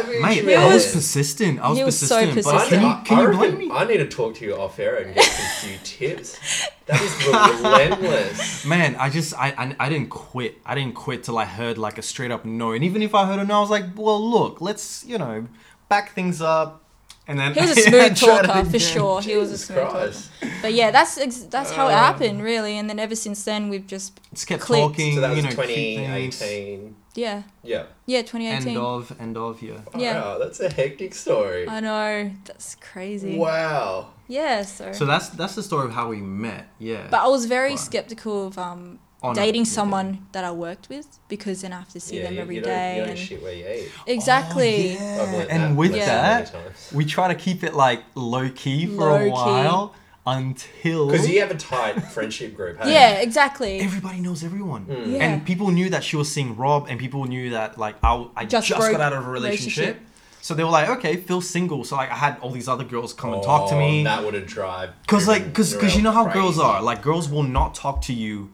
Speaker 1: savage.
Speaker 3: Mate,
Speaker 1: man.
Speaker 3: I was
Speaker 2: was-
Speaker 3: persistent. I was
Speaker 2: he was so
Speaker 3: persistent. But
Speaker 1: I,
Speaker 3: can
Speaker 2: persistent.
Speaker 3: you, can
Speaker 1: I
Speaker 3: you
Speaker 1: reckon
Speaker 3: blame me?
Speaker 1: I need to talk to you off air and get some few tips. That is relentless.
Speaker 3: Man, I just I, I I didn't quit. I didn't quit till I heard like a straight up no. And even if I heard a no, I was like, well, look, let's you know back things up. And then
Speaker 2: He was a
Speaker 3: I
Speaker 2: smooth
Speaker 3: tried
Speaker 2: talker
Speaker 3: it
Speaker 2: for
Speaker 3: again.
Speaker 2: sure. He was a
Speaker 1: Jesus
Speaker 2: smooth
Speaker 1: Christ.
Speaker 2: talker. But yeah, that's ex- that's how it
Speaker 1: Um.
Speaker 2: happened, really. And then ever since then, we've just
Speaker 3: Just kept
Speaker 2: Clicked.
Speaker 3: talking.
Speaker 1: So that was
Speaker 3: you know, cute things.
Speaker 1: 2018.
Speaker 2: yeah,
Speaker 1: Yeah.
Speaker 2: yeah,
Speaker 3: End
Speaker 2: 2018.
Speaker 3: of end of yeah.
Speaker 2: Yeah.
Speaker 1: Wow, that's a hectic story.
Speaker 2: I know that's crazy.
Speaker 1: Wow.
Speaker 2: Yeah, so.
Speaker 3: So that's that's the story of how we met. Yeah.
Speaker 2: but I was very
Speaker 3: Right.
Speaker 2: skeptical of um,
Speaker 3: Oh, no,
Speaker 2: dating
Speaker 3: you're
Speaker 2: someone that I worked with because then I have to see
Speaker 1: Yeah,
Speaker 2: them
Speaker 1: you,
Speaker 2: every
Speaker 1: you
Speaker 2: day.
Speaker 1: don't, you don't
Speaker 2: and-
Speaker 1: shit where you eat.
Speaker 2: exactly.
Speaker 3: Oh,
Speaker 1: I've
Speaker 3: yeah.
Speaker 1: learned
Speaker 3: And
Speaker 1: that
Speaker 3: with
Speaker 1: lesson
Speaker 3: that,
Speaker 1: many times.
Speaker 3: we try to keep it like low key for
Speaker 2: Low-key.
Speaker 3: a while until
Speaker 1: Because you have a tight friendship group, hey?
Speaker 2: Yeah, exactly.
Speaker 3: everybody knows everyone.
Speaker 2: Yeah.
Speaker 3: And people knew that she was seeing Rob, and people knew that like I, I
Speaker 2: Just
Speaker 3: just,
Speaker 2: broke
Speaker 3: got out of a relationship.
Speaker 2: relationship.
Speaker 3: So they were like, okay, Phil's single. So like I had all these other girls come and talk to
Speaker 1: Oh,
Speaker 3: me.
Speaker 1: That would have drive.
Speaker 3: Cause like,
Speaker 1: driven
Speaker 3: cause, cause you know how
Speaker 1: Narelle
Speaker 3: girls
Speaker 1: crazy.
Speaker 3: are. Like girls will not talk to you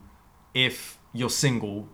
Speaker 3: if you're single.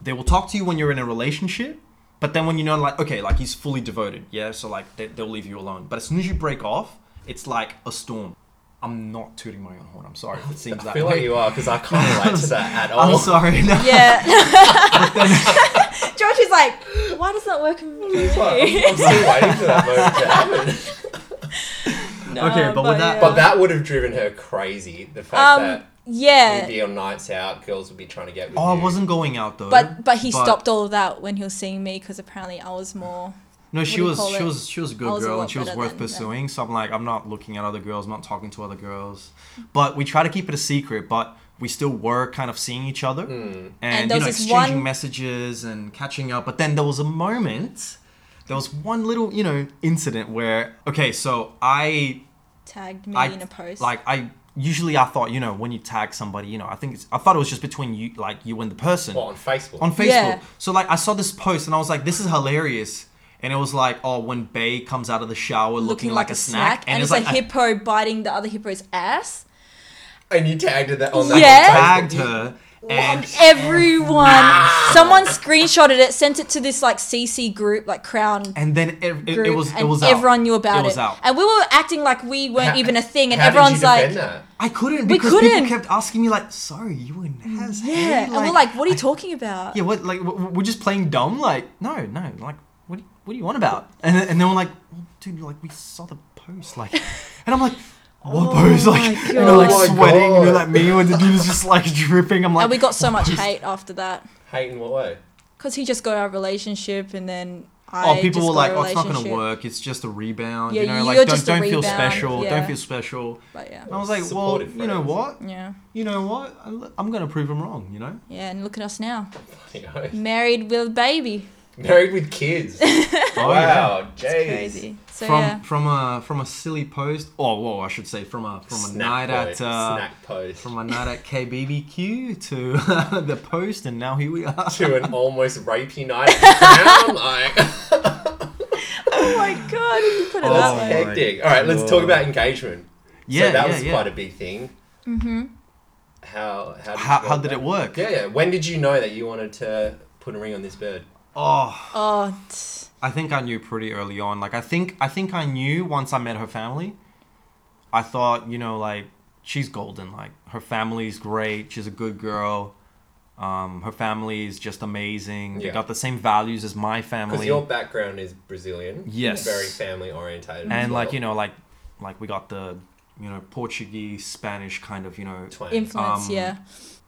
Speaker 3: They will talk to you when you're in a relationship. But then when you know, like, okay, like he's fully devoted, yeah. So like they, they'll leave you alone. But as soon as you break off, it's like a storm. I'm not tooting my own horn. I'm sorry if it seems
Speaker 1: I
Speaker 3: that
Speaker 1: feel
Speaker 3: way.
Speaker 1: like you are because I can't relate to that at all.
Speaker 3: I'm sorry. No.
Speaker 2: Yeah. Josh is like, why does that work in
Speaker 1: It's like, I'm, I'm still waiting for that moment to happen.
Speaker 3: Okay, but with that-
Speaker 2: yeah.
Speaker 1: But that would have driven her crazy. The fact
Speaker 2: um,
Speaker 1: that you'd
Speaker 2: yeah.
Speaker 1: be on nights out, girls would be trying to get with
Speaker 3: Oh, I
Speaker 1: you.
Speaker 3: wasn't going out though.
Speaker 2: But but he stopped all of that when he was seeing me because apparently I was more.
Speaker 3: No,
Speaker 2: what
Speaker 3: she
Speaker 2: do you
Speaker 3: was
Speaker 2: call
Speaker 3: she
Speaker 2: it?
Speaker 3: was she was a
Speaker 2: I
Speaker 3: good
Speaker 2: was a
Speaker 3: girl
Speaker 2: lot
Speaker 3: and she was
Speaker 2: better
Speaker 3: worth
Speaker 2: than them.
Speaker 3: pursuing. So I'm like, I'm not looking at other girls, I'm not talking to other girls. But we try to keep it a secret, but we still were kind of seeing each other and,
Speaker 2: And there was
Speaker 3: you know
Speaker 2: this
Speaker 3: exchanging
Speaker 2: one-
Speaker 3: messages and catching up. But then there was a moment, there was one little you know incident where okay, so I
Speaker 2: Tagged me
Speaker 3: I,
Speaker 2: in a post.
Speaker 3: Like I usually I thought you know when you tag somebody you know I think it's, I thought it was just between you like you and the person
Speaker 1: Well, on Facebook.
Speaker 3: on Facebook.
Speaker 2: Yeah.
Speaker 3: So like I saw this post and I was like, this is hilarious. And it was like, oh, when Bay comes out of the shower looking, like, a snack,
Speaker 2: and, it's, a
Speaker 3: like
Speaker 2: hippo biting the other hippo's ass.
Speaker 1: and you tagged her that on that.
Speaker 3: I
Speaker 2: Yeah.
Speaker 1: on
Speaker 3: tagged
Speaker 1: Facebook.
Speaker 3: her and
Speaker 2: Everyone, someone screenshotted it, sent it to this like CC group, like Crown
Speaker 3: and then it, it,
Speaker 2: group,
Speaker 3: it was
Speaker 2: and
Speaker 3: it was out.
Speaker 2: everyone knew about it.
Speaker 3: It was out.
Speaker 2: And we were acting like we weren't even a thing, and
Speaker 1: How did you
Speaker 2: everyone's like,
Speaker 1: defend that?
Speaker 3: I couldn't because
Speaker 2: couldn't. Mm,
Speaker 3: people kept asking me like, sorry, you were an ass. hey,
Speaker 2: yeah, and we're like, what are you talking about?
Speaker 3: yeah, what? Like w- w- we're just playing dumb. Like no, no, like what? Do you, what do you want about? And then, and then we're like, well, dude, like we saw the post, like, and I'm like. What post? Like,
Speaker 2: Oh my
Speaker 3: you know, like
Speaker 1: God. Oh my
Speaker 3: sweating, you know,
Speaker 1: God.
Speaker 3: like me when the dude was just like dripping. I'm like,
Speaker 2: and we got so
Speaker 3: "What
Speaker 2: much
Speaker 3: post?"
Speaker 2: hate after that
Speaker 1: Hate in what way?
Speaker 2: because he just got our relationship, and then I
Speaker 3: Oh, people
Speaker 2: just
Speaker 3: were
Speaker 2: got
Speaker 3: like,
Speaker 2: a
Speaker 3: "Oh, it's not gonna
Speaker 2: relationship."
Speaker 3: work. It's just a rebound."
Speaker 2: Yeah,
Speaker 3: you know,
Speaker 2: you're
Speaker 3: like don't,
Speaker 2: just a
Speaker 3: don't feel
Speaker 2: rebound,
Speaker 3: special.
Speaker 2: yeah.
Speaker 3: Don't feel special.
Speaker 2: But yeah,
Speaker 3: And I was like,
Speaker 1: Supportive
Speaker 3: "Well, you know
Speaker 1: friends.
Speaker 3: what?
Speaker 2: yeah,
Speaker 3: You know what? I- I'm gonna prove them wrong. You know."
Speaker 2: yeah, and look at us now,
Speaker 1: You know,
Speaker 2: married with a baby.
Speaker 1: married with kids.
Speaker 3: Oh,
Speaker 1: wow,
Speaker 3: yeah.
Speaker 1: jeez.
Speaker 2: crazy. So
Speaker 3: from
Speaker 2: yeah,
Speaker 3: from a from a silly post. Oh, whoa! I should say from a from a night at uh,
Speaker 1: snack post
Speaker 3: from a night at KBBQ to the post, and now here we are.
Speaker 1: to an almost rapey night at the Crown. Like,
Speaker 2: oh my god, if you put it
Speaker 3: Oh,
Speaker 2: that
Speaker 1: that's
Speaker 2: way.
Speaker 3: my
Speaker 1: hectic. All right, let's talk
Speaker 3: God.
Speaker 1: about engagement.
Speaker 3: Yeah,
Speaker 1: so that
Speaker 3: yeah,
Speaker 1: was
Speaker 3: yeah.
Speaker 1: quite a big thing. Mm-hmm. How how did,
Speaker 3: how,
Speaker 1: you go
Speaker 3: how did it
Speaker 1: about
Speaker 3: work?
Speaker 1: Yeah, yeah. When did you know that you wanted to put a ring on this bird?
Speaker 3: Oh,
Speaker 2: Oh, t-
Speaker 3: I think I knew pretty early on. Like I think I think I knew once I met her family. I thought, you know, like she's golden. Like her family's great. She's a good girl. Um, her family is just amazing. They
Speaker 1: Yeah.
Speaker 3: got the same values as my
Speaker 1: Because
Speaker 3: family.
Speaker 1: your background is Brazilian.
Speaker 3: Yes.
Speaker 1: Very family orientated.
Speaker 3: and like you know, like like we got the you know Portuguese, Spanish kind of you know
Speaker 2: influence,
Speaker 3: Um,
Speaker 2: yeah.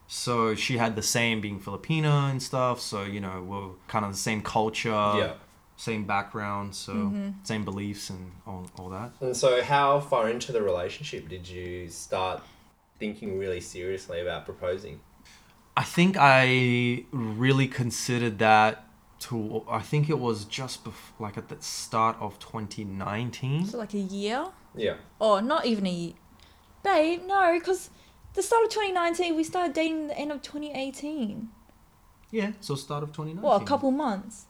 Speaker 3: So she had the same being Filipina and stuff. So you know we're kind of the same culture,
Speaker 1: Yeah.
Speaker 3: same background, so
Speaker 2: Mm-hmm.
Speaker 3: same beliefs and all, all that.
Speaker 1: And so, how far into the relationship did you start thinking really seriously about proposing?
Speaker 3: I think I really considered that to. I think it was just bef- like at the start of 2019.
Speaker 2: So like a year,
Speaker 1: Yeah.
Speaker 2: or not even a year. Babe, no, because the start of 2019, we started dating the end of 2018.
Speaker 3: Yeah, so start of 2019.
Speaker 2: What, a couple months?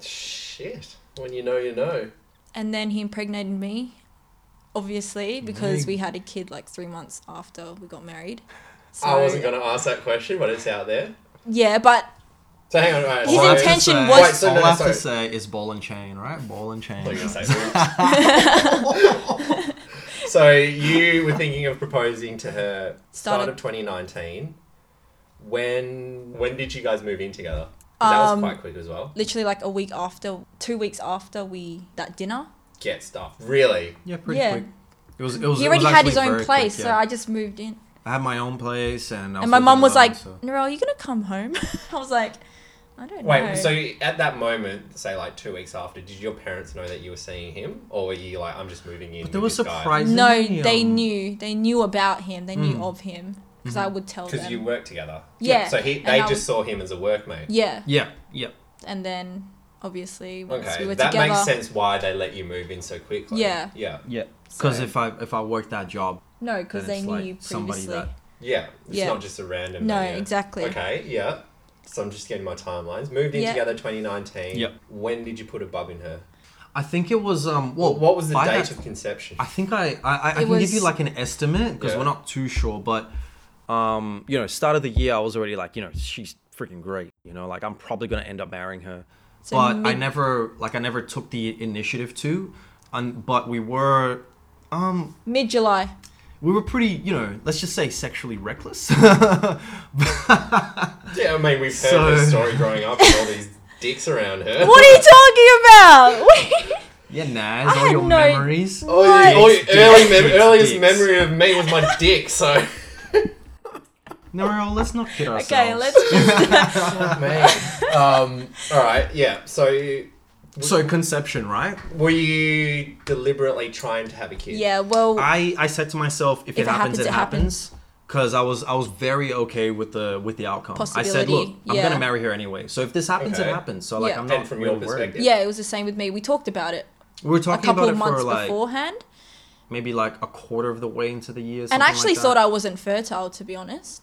Speaker 1: Shit. When you know, you know.
Speaker 2: And then he impregnated me, obviously, because
Speaker 3: Right.
Speaker 2: we had a kid like three months after we got married. So,
Speaker 1: I wasn't going to ask that question, but it's out there.
Speaker 2: Yeah, but
Speaker 1: So hang on. All right,
Speaker 2: His
Speaker 3: All
Speaker 1: so-
Speaker 3: I have to
Speaker 2: intention
Speaker 3: say-
Speaker 2: was-
Speaker 1: Wait, so
Speaker 3: all
Speaker 1: no,
Speaker 3: I have
Speaker 1: sorry.
Speaker 3: to say is ball and chain, right? Ball and chain.
Speaker 1: I thought you were gonna say- so you were thinking of proposing to her start
Speaker 2: Started-
Speaker 1: of 2019. When when did you guys move in together? 'Cause that was
Speaker 2: Um,
Speaker 1: quite quick as well.
Speaker 2: literally like a week after, two weeks after we that dinner.
Speaker 1: Get stuff. Really?
Speaker 3: Yeah, pretty
Speaker 2: Yeah.
Speaker 3: quick. It was. It was.
Speaker 2: he
Speaker 3: it was
Speaker 2: already had
Speaker 3: actually
Speaker 2: his own
Speaker 3: very
Speaker 2: place,
Speaker 3: quick,
Speaker 2: so
Speaker 3: yeah.
Speaker 2: I just moved in.
Speaker 3: I had my own place, and I
Speaker 2: and my
Speaker 3: living
Speaker 2: mum was
Speaker 3: alone,
Speaker 2: like,
Speaker 3: so-
Speaker 2: Narelle, you gonna come home? I was like, I don't
Speaker 1: Wait,
Speaker 2: know.
Speaker 1: so at that moment, say like two weeks after, did your parents know that you were seeing him, or were you like, I'm just moving in?
Speaker 3: But they were surprised.
Speaker 2: no,
Speaker 3: Isn't he,
Speaker 2: they
Speaker 3: um,
Speaker 2: knew. They knew about him. They knew
Speaker 3: Mm.
Speaker 2: of him because I would tell
Speaker 1: because
Speaker 2: them.
Speaker 1: you work together.
Speaker 2: Yeah,
Speaker 1: So he,
Speaker 2: and
Speaker 1: they
Speaker 2: I
Speaker 1: just
Speaker 2: was-
Speaker 1: saw him as a workmate.
Speaker 2: Yeah,
Speaker 3: Yeah. Yeah.
Speaker 2: and then obviously once
Speaker 1: Okay,
Speaker 2: we were
Speaker 1: that
Speaker 2: together.
Speaker 1: makes sense why they let you move in so quickly.
Speaker 2: Yeah.
Speaker 1: Yeah.
Speaker 3: Yeah. Because
Speaker 1: So-
Speaker 3: if I if I worked that job,
Speaker 2: No,
Speaker 3: then
Speaker 2: because they
Speaker 3: it's
Speaker 2: knew
Speaker 3: like
Speaker 2: you
Speaker 3: somebody
Speaker 2: previously.
Speaker 3: that
Speaker 1: Yeah, it's
Speaker 2: Yeah.
Speaker 1: not just a random.
Speaker 2: No,
Speaker 1: thing, yeah.
Speaker 2: exactly.
Speaker 1: Okay, yeah. So I'm just getting my timelines. Moved in
Speaker 2: Yeah.
Speaker 1: together 2019.
Speaker 3: Yep.
Speaker 1: When did you put a bub in her?
Speaker 3: I think it was um. Well,
Speaker 1: What what was the
Speaker 3: by
Speaker 1: date
Speaker 3: that-
Speaker 1: of conception?
Speaker 3: I think I I, I, I
Speaker 2: It
Speaker 3: can give you
Speaker 2: was-
Speaker 3: like an estimate because
Speaker 1: Yeah.
Speaker 3: we're not too sure, but um, you know, start of the year I was already like, you know, she's freaking great. You know, like I'm probably gonna end up marrying her,
Speaker 2: So
Speaker 3: but I
Speaker 2: mid-
Speaker 3: never like I never took the initiative to, and but we were. Um,
Speaker 2: Mid July.
Speaker 3: we were pretty, you know, let's just say sexually reckless.
Speaker 1: yeah, I mean we've heard
Speaker 3: So-
Speaker 1: this story growing up with all these dicks around her.
Speaker 2: What are you talking about?
Speaker 3: yeah, nah, it's
Speaker 2: I
Speaker 3: all
Speaker 2: had
Speaker 3: your
Speaker 2: no-
Speaker 3: memories.
Speaker 1: Oh,
Speaker 2: What?
Speaker 1: oh,
Speaker 3: Dicks,
Speaker 1: early
Speaker 3: dicks,
Speaker 1: mem-
Speaker 3: dicks,
Speaker 1: earliest
Speaker 3: dicks.
Speaker 1: memory of me was my dick. So
Speaker 3: No, let's not kid ourselves.
Speaker 2: okay, let's just
Speaker 1: man. Um, all right, yeah. So
Speaker 3: So conception, right?
Speaker 1: were you deliberately trying to have a kid?
Speaker 2: yeah. Well,
Speaker 3: I I said to myself, if, it, happens, it happens.
Speaker 2: happens.
Speaker 3: Because I was I was very okay with the with the outcome. I said,
Speaker 2: Possibility,
Speaker 3: look, I'm
Speaker 2: yeah.
Speaker 3: gonna marry her anyway. So if this happens,
Speaker 1: Okay.
Speaker 3: it happens. So like
Speaker 2: Yeah.
Speaker 3: I'm
Speaker 1: And
Speaker 3: not
Speaker 1: from
Speaker 3: really
Speaker 1: your perspective-
Speaker 3: worried.
Speaker 2: yeah, it was the same with me. We talked about it
Speaker 3: We were
Speaker 2: a
Speaker 3: talking
Speaker 2: couple
Speaker 3: about
Speaker 2: of
Speaker 3: it for
Speaker 2: months
Speaker 3: like
Speaker 2: beforehand,
Speaker 3: maybe like a quarter of the way into the year.
Speaker 2: and I actually thought I wasn't fertile to be honest,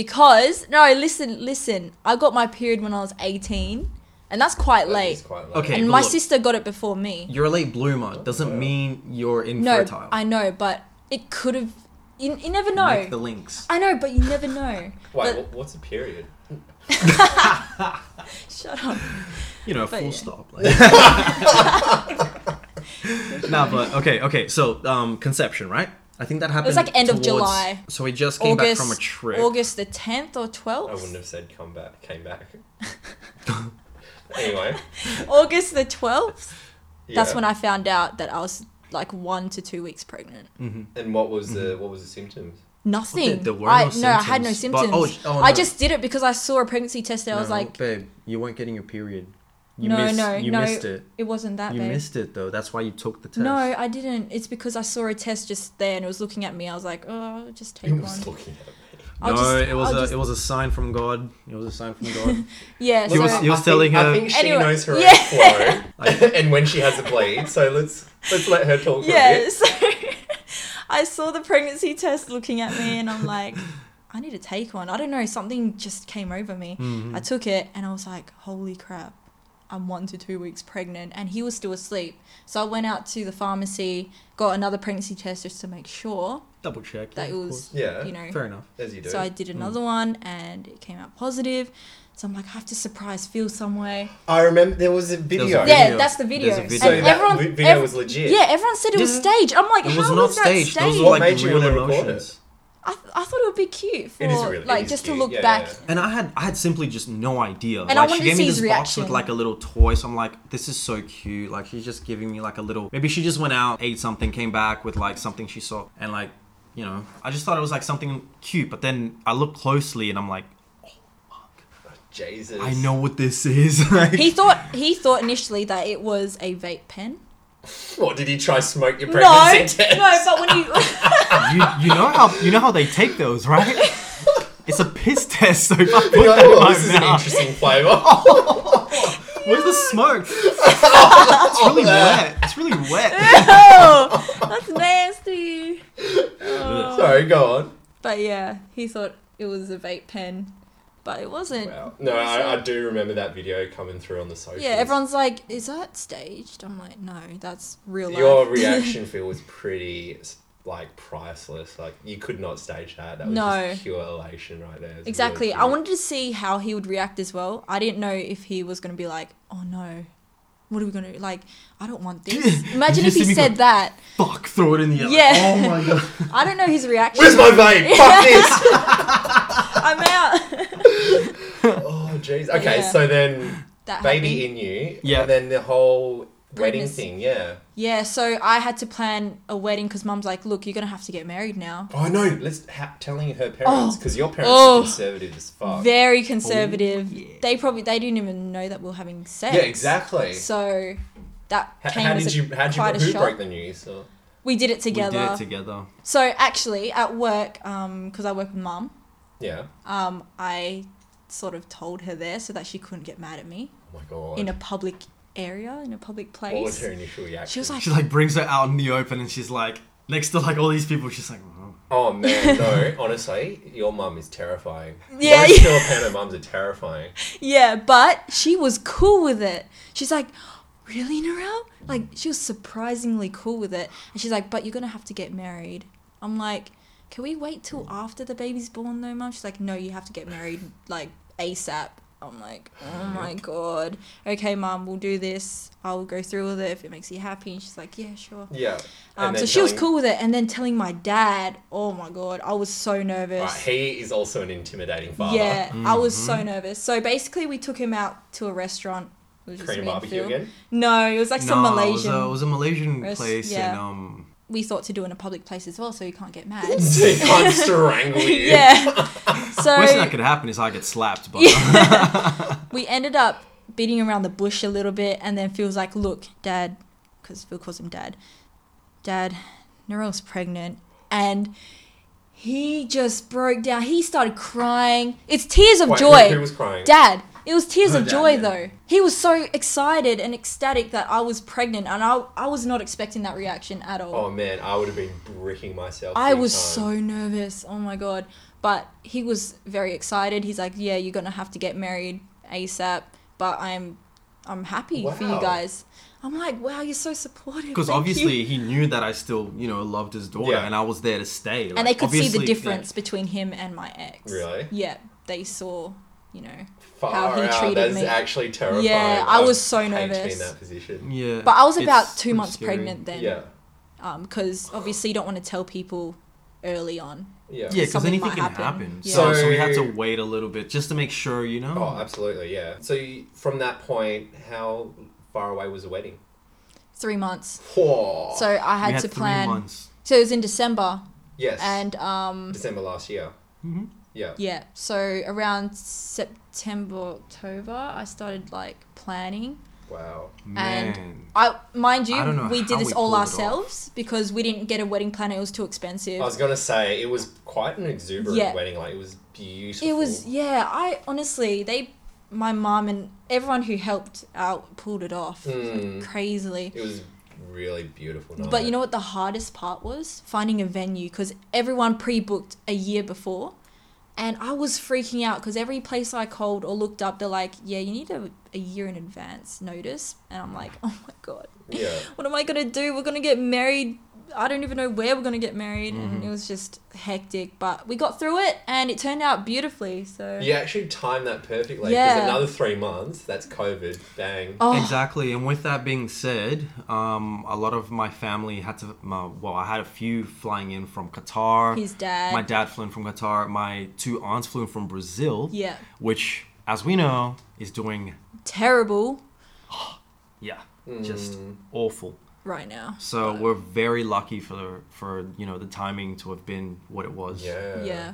Speaker 2: because no, listen, listen. I got my period when I was eighteen, and that's quite
Speaker 1: That
Speaker 2: late.
Speaker 1: is quite late.
Speaker 3: Okay.
Speaker 2: and
Speaker 3: but
Speaker 2: my
Speaker 3: look-
Speaker 2: sister got it before me.
Speaker 3: you're a late bloomer doesn't mean you're
Speaker 2: No,
Speaker 3: infertile.
Speaker 2: I know, but it could have. You, you never know.
Speaker 3: Make the links.
Speaker 2: I know, but you never know.
Speaker 1: Wait,
Speaker 2: But-
Speaker 1: wh- what's a period?
Speaker 2: shut up.
Speaker 3: you know, full
Speaker 2: yeah.
Speaker 3: stop. Like. nah, but okay, okay. So, um, conception, right? I think that happened.
Speaker 2: like, end of
Speaker 3: towards-
Speaker 2: July.
Speaker 3: So we just came
Speaker 2: August
Speaker 3: back from a trip.
Speaker 2: August the tenth or
Speaker 1: I wouldn't
Speaker 2: twelfth.
Speaker 1: have said come back. Came back. anyway,
Speaker 2: August the twelfth. That's
Speaker 1: yeah.
Speaker 2: when I found out that I was like one to two weeks pregnant.
Speaker 1: And what was the what was the symptoms?
Speaker 2: Nothing.
Speaker 3: Mm-hmm. There- there were
Speaker 2: I,
Speaker 3: no
Speaker 2: no, I had no
Speaker 3: symptoms,
Speaker 2: symptoms.
Speaker 3: but- oh, oh,
Speaker 2: I
Speaker 3: no.
Speaker 2: just did it because I saw a pregnancy test and I was
Speaker 3: No,
Speaker 2: like,
Speaker 3: babe, you weren't getting your period. You
Speaker 2: no,
Speaker 3: missed,
Speaker 2: no,
Speaker 3: you
Speaker 2: no,
Speaker 3: missed it.
Speaker 2: it wasn't that
Speaker 3: You
Speaker 2: bad.
Speaker 3: missed it though. That's why you took the test.
Speaker 2: No, I didn't. It's because I saw a test just there and it was looking at me. I was like, oh, just take
Speaker 1: It
Speaker 2: one.
Speaker 1: was looking at me.
Speaker 2: I'll
Speaker 3: no,
Speaker 2: just,
Speaker 3: it was
Speaker 2: I'll
Speaker 3: a
Speaker 2: just-
Speaker 3: it was a sign from God. It was a sign from God.
Speaker 2: yeah.
Speaker 3: He
Speaker 2: so-
Speaker 3: was- he was
Speaker 1: I think-
Speaker 3: telling her-
Speaker 1: I think she
Speaker 2: Anyway,
Speaker 1: knows her
Speaker 2: yeah.
Speaker 1: own flow, and when she has a bleed. So let's let's let her talk. for a
Speaker 2: yeah,
Speaker 1: bit.
Speaker 2: so I saw the pregnancy test looking at me and I'm like, I need to take one. I don't know, something just came over me.
Speaker 3: Mm-hmm.
Speaker 2: I took it and I was like, holy crap, I'm one to two weeks pregnant. And he was still asleep. So I went out to the pharmacy, got another pregnancy test just to make sure
Speaker 3: Double check.
Speaker 2: that
Speaker 3: yeah,
Speaker 2: it
Speaker 3: of
Speaker 2: was,
Speaker 1: Yeah.
Speaker 2: you know.
Speaker 3: course. fair enough.
Speaker 1: As you do.
Speaker 2: So I did another one and it came out positive. So I'm like, I have to surprise Phil some way.
Speaker 1: I remember there was a video.
Speaker 3: There's a
Speaker 2: Yeah,
Speaker 3: video.
Speaker 2: that's the video.
Speaker 3: There's a video.
Speaker 1: So
Speaker 2: And
Speaker 1: that
Speaker 2: everyone,
Speaker 1: vi- video
Speaker 2: ev-
Speaker 1: was legit.
Speaker 2: Yeah, everyone said it was
Speaker 3: Yeah.
Speaker 2: staged. I'm like,
Speaker 3: It
Speaker 2: how
Speaker 3: was
Speaker 2: was,
Speaker 3: not
Speaker 2: that
Speaker 3: staged.
Speaker 2: staged?
Speaker 3: Those were
Speaker 1: What
Speaker 3: like
Speaker 1: made you
Speaker 3: real
Speaker 1: wanna record
Speaker 3: emotions.
Speaker 2: I, th- I thought it would be cute for
Speaker 1: It is really- it
Speaker 2: like
Speaker 1: is
Speaker 2: just
Speaker 1: cute.
Speaker 2: to look
Speaker 1: Yeah,
Speaker 2: back.
Speaker 1: yeah, yeah.
Speaker 3: And I had I had simply just no idea.
Speaker 2: And I
Speaker 3: like
Speaker 2: wanted to
Speaker 3: she gave
Speaker 2: see
Speaker 3: me this
Speaker 2: his
Speaker 3: box with
Speaker 2: reaction.
Speaker 3: like a little toy, so I'm like, this is so cute. Like she's just giving me like a little maybe she just went out, ate something, came back with like something she saw and like, you know, I just thought it was like something cute, but then I look closely and I'm like,
Speaker 1: Jesus.
Speaker 3: I know what this is. like
Speaker 2: He thought he thought initially that it was a vape pen.
Speaker 1: What did he try smoke your
Speaker 2: No,
Speaker 1: pregnancy test?
Speaker 2: no, but when you
Speaker 3: you, you know how you know how they take those, right? It's a piss test, so put that
Speaker 1: You're like,
Speaker 3: in
Speaker 1: "Oh,
Speaker 3: my
Speaker 1: this is an
Speaker 3: mouth."
Speaker 1: interesting flavor.
Speaker 3: Where's the smoke? it's really wet. It's really wet.
Speaker 2: oh, that's nasty. Oh,
Speaker 1: Sorry, go on.
Speaker 2: But yeah, he thought it was a vape pen, but it wasn't.
Speaker 1: Wow. No, I, I do remember that video coming through on the socials.
Speaker 2: Yeah, everyone's like, "Is that staged?" I'm like, "No, that's real life."
Speaker 1: Your reaction feel was pretty like priceless. Like you could not stage that. That was
Speaker 2: No.
Speaker 1: just pure elation right there. It's really
Speaker 2: Exactly. I
Speaker 1: cute.
Speaker 2: wanted to see how he would react as well. I didn't know if he was going to be like, "Oh no, what are we going to like? I don't want this." Imagine if
Speaker 3: just
Speaker 2: he
Speaker 3: see me go-
Speaker 2: said that.
Speaker 3: Fuck, throw it in the air.
Speaker 2: Yeah.
Speaker 3: Oh my god.
Speaker 2: I don't know his reaction.
Speaker 1: Where's my vape? Fuck this!
Speaker 2: I'm out.
Speaker 1: Oh jeez. Okay,
Speaker 2: Yeah.
Speaker 1: so then
Speaker 2: that
Speaker 1: baby
Speaker 2: happened.
Speaker 1: in you.
Speaker 3: Yeah.
Speaker 1: And then the whole wedding
Speaker 2: Pregnancy.
Speaker 1: thing. Yeah.
Speaker 2: Yeah, so I had to plan a wedding because mum's like, "Look, you're going to have to get married now."
Speaker 1: Oh no! Let's ha- telling her parents because your parents are
Speaker 2: Oh.
Speaker 1: conservative as fuck.
Speaker 2: Very conservative.
Speaker 3: yeah.
Speaker 2: They probably they didn't even know that we were having sex.
Speaker 1: yeah, exactly.
Speaker 2: So that
Speaker 1: H-
Speaker 2: came
Speaker 1: how
Speaker 2: as
Speaker 1: did
Speaker 2: a,
Speaker 1: you? How did you?
Speaker 2: quite a
Speaker 1: Who
Speaker 2: shock.
Speaker 1: broke the news? Oh, Or?
Speaker 2: We did it
Speaker 3: We
Speaker 2: together.
Speaker 3: did it together.
Speaker 2: so actually, at work, um, because I work with mum,
Speaker 1: Yeah.
Speaker 2: um, I sort of told her there so that she couldn't get mad at me
Speaker 1: Oh my god.
Speaker 2: in a public area, in a public
Speaker 1: what was
Speaker 2: place.
Speaker 1: her initial reaction?
Speaker 2: She was like,
Speaker 3: She like brings her out in the open and she's like next to like all these people, she's like, oh.
Speaker 1: "Oh man, no! Honestly, your mum is terrifying.
Speaker 2: Yeah,
Speaker 1: Most
Speaker 2: yeah.
Speaker 1: Filipino mums are terrifying.
Speaker 2: yeah, but she was cool with it. She's like, really, Narelle? Like, she was surprisingly cool with it. And she's like, but you're gonna have to get married. I'm like, can we wait till after the baby's born though, mum? She's like, no, you have to get married like ASAP. I'm like, oh my god. Okay, mum, we'll do this. I'll go through with it if it makes you happy. And she's like, yeah, sure.
Speaker 1: Yeah.
Speaker 2: Um,
Speaker 1: And
Speaker 2: so
Speaker 1: then
Speaker 2: she was
Speaker 1: telling-
Speaker 2: cool with it, and then telling my dad, oh my god, I was so
Speaker 1: Right,
Speaker 2: nervous.
Speaker 1: he is also an intimidating father. Mm-hmm.
Speaker 2: Yeah, I was so nervous. So basically, we took him out to a restaurant. It was just
Speaker 1: Korean
Speaker 2: me and
Speaker 1: barbecue
Speaker 2: Phil.
Speaker 1: again.
Speaker 2: No, it was like some
Speaker 3: No,
Speaker 2: Malaysian.
Speaker 3: It was a, it was a Malaysian
Speaker 2: Rest-
Speaker 3: place
Speaker 2: yeah.
Speaker 3: and um
Speaker 2: We thought to do in a public place as well, so you can't get mad.
Speaker 1: so he can't strangle you.
Speaker 2: yeah.
Speaker 3: worst thing that
Speaker 2: So
Speaker 3: could happen is I get slapped, but
Speaker 2: we ended up beating around the bush a little bit, and then Phil's like, "Look, Dad," because Phil calls him Dad. Dad, Narelle's pregnant, and. He just broke down. He started crying. It's tears of
Speaker 1: Wait,
Speaker 2: joy.
Speaker 1: Who, who was crying?
Speaker 2: Dad. It was tears
Speaker 1: Oh,
Speaker 3: Her
Speaker 2: of
Speaker 3: dad,
Speaker 2: joy
Speaker 3: yeah.
Speaker 2: though. He was so excited and ecstatic that I was pregnant and I, I was not expecting that reaction at all.
Speaker 1: Oh man, I would have been bricking myself.
Speaker 2: I
Speaker 1: big
Speaker 2: was
Speaker 1: time.
Speaker 2: so nervous. Oh my god. But he was very excited. He's like, "Yeah, you're going to have to get married ASAP, but I'm I'm happy for you
Speaker 1: Wow.
Speaker 2: guys." I'm like, "Wow, you're so supportive."
Speaker 3: because
Speaker 2: Thank you."
Speaker 3: obviously he knew that I still, you know, loved his daughter
Speaker 1: Yeah.
Speaker 3: and I was there to stay.
Speaker 2: and they could see the difference
Speaker 3: difference.
Speaker 2: between him and my ex.
Speaker 1: Really?
Speaker 2: Yeah, they saw, you know.
Speaker 1: Far
Speaker 2: how he
Speaker 1: out.
Speaker 2: treated
Speaker 1: That's
Speaker 2: me.
Speaker 1: actually terrifying.
Speaker 2: Yeah, I
Speaker 1: I'd
Speaker 2: was so
Speaker 1: hate to be in
Speaker 2: nervous.
Speaker 1: that position.
Speaker 3: Yeah.
Speaker 2: But I was
Speaker 3: it's
Speaker 2: about 2
Speaker 3: pretty
Speaker 2: months
Speaker 3: scary.
Speaker 2: pregnant then.
Speaker 1: Yeah.
Speaker 2: because Um, obviously you don't want to tell people early on.
Speaker 1: Yeah.
Speaker 3: Yeah, because
Speaker 2: Something
Speaker 3: anything
Speaker 2: might
Speaker 3: can happen.
Speaker 2: happen. Yeah.
Speaker 3: So, so we had to
Speaker 1: So-
Speaker 3: wait a little bit just to make sure, you know.
Speaker 1: Oh, absolutely, yeah. So you, from that point, how far away was the wedding?
Speaker 2: Three months.
Speaker 1: Whoa.
Speaker 2: So I
Speaker 3: Oh. we
Speaker 2: had,
Speaker 3: had
Speaker 2: to
Speaker 3: three
Speaker 2: plan.
Speaker 3: months.
Speaker 2: So it was in December,
Speaker 1: yes,
Speaker 2: and um,
Speaker 1: December last year.
Speaker 3: hmm
Speaker 1: Yeah.
Speaker 2: yeah. So around September, October, I started like planning.
Speaker 1: Wow.
Speaker 2: And I mind
Speaker 3: I don't know
Speaker 2: you, we
Speaker 3: how
Speaker 2: did this
Speaker 3: we
Speaker 2: all
Speaker 3: pulled it off.
Speaker 2: ourselves because we didn't get a wedding planner. It was too expensive.
Speaker 1: I was gonna say it was quite an exuberant
Speaker 2: Yeah.
Speaker 1: wedding. Like it was beautiful.
Speaker 2: it was yeah. I honestly, they, my mum and everyone who helped out pulled it off
Speaker 3: Hmm.
Speaker 1: Mm.
Speaker 2: crazily.
Speaker 1: It was really beautiful. Night.
Speaker 2: But you know what the hardest part was? Finding a venue because everyone pre booked a year before. And I was freaking out because every place I called or looked up, they're like, yeah, you need a, a year in advance notice. And I'm like, oh my God,
Speaker 1: Yeah.
Speaker 2: what am I going to do? We're going to get married. I don't even know where we're going to get married. And
Speaker 3: Mm-hmm.
Speaker 2: it was just hectic. But we got through it and it turned out beautifully. So,
Speaker 1: You actually timed that perfectly. Because
Speaker 2: Yeah.
Speaker 1: another three months, that's COVID. Bang.
Speaker 2: oh,
Speaker 3: Exactly, and with that being said, um, a lot of my family had to. My, well, I had a few flying in from Qatar.
Speaker 2: his dad.
Speaker 3: My dad flew in from Qatar. My two aunts flew in from Brazil.
Speaker 2: Yeah.
Speaker 3: Which, as we know, is doing
Speaker 2: Terrible
Speaker 3: yeah,
Speaker 1: Hmm.
Speaker 3: just awful.
Speaker 2: right now.
Speaker 3: So we're very lucky for for you know the timing to have been what it was.
Speaker 1: Yeah.
Speaker 2: yeah.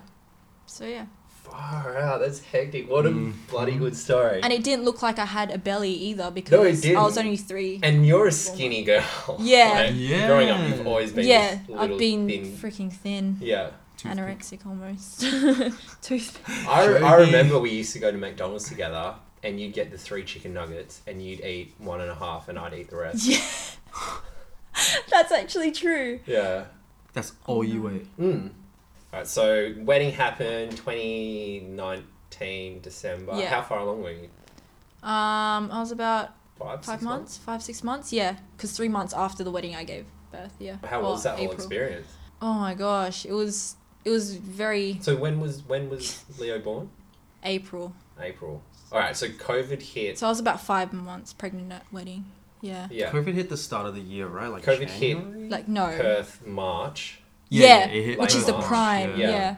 Speaker 2: So, yeah.
Speaker 1: Far out. That's hectic. What a
Speaker 3: Mm-hmm.
Speaker 1: bloody good story.
Speaker 2: And
Speaker 1: And,
Speaker 2: it didn't look like I had a belly either
Speaker 1: No, it
Speaker 2: because
Speaker 1: didn't.
Speaker 2: I was only three.
Speaker 1: you're a skinny girl.
Speaker 2: Yeah.
Speaker 1: Like, Growing up,
Speaker 3: Yeah.
Speaker 1: you've always been.
Speaker 2: yeah,
Speaker 1: this little
Speaker 2: I've been
Speaker 1: Thin.
Speaker 2: freaking thin,
Speaker 1: yeah.
Speaker 3: Toothpick.
Speaker 2: anorexic almost. Toothpick.
Speaker 1: I,
Speaker 3: Show
Speaker 1: I
Speaker 3: me.
Speaker 1: remember we used to go to McDonald's together, and you'd get the three chicken nuggets, and you'd eat one and a half, and I'd eat the rest.
Speaker 2: Yeah. That's actually true.
Speaker 1: Yeah.
Speaker 3: That's all you
Speaker 2: Mm-hmm.
Speaker 3: ate.
Speaker 1: Mm. All right. So wedding happened 2019 December.
Speaker 2: Yeah.
Speaker 1: How far along were you?
Speaker 2: Um, I was about
Speaker 1: Five.
Speaker 2: five
Speaker 1: six
Speaker 2: months, five six months, yeah, because three months after the wedding I gave birth, yeah.
Speaker 1: How
Speaker 2: Well,
Speaker 1: was that whole
Speaker 2: April.
Speaker 1: experience?
Speaker 2: Oh my gosh, it was it was very
Speaker 1: So when was when was Leo born?
Speaker 2: April.
Speaker 1: April. All right. So COVID hit.
Speaker 2: So I was about five months pregnant at wedding, yeah.
Speaker 1: Yeah.
Speaker 3: COVID hit the start of the year, right? Like
Speaker 1: COVID hit.
Speaker 3: January?
Speaker 2: Like oh. no,
Speaker 1: Perth March.
Speaker 2: yeah,
Speaker 3: it hit
Speaker 2: which is the
Speaker 1: March,
Speaker 2: prime,
Speaker 1: yeah.
Speaker 2: yeah.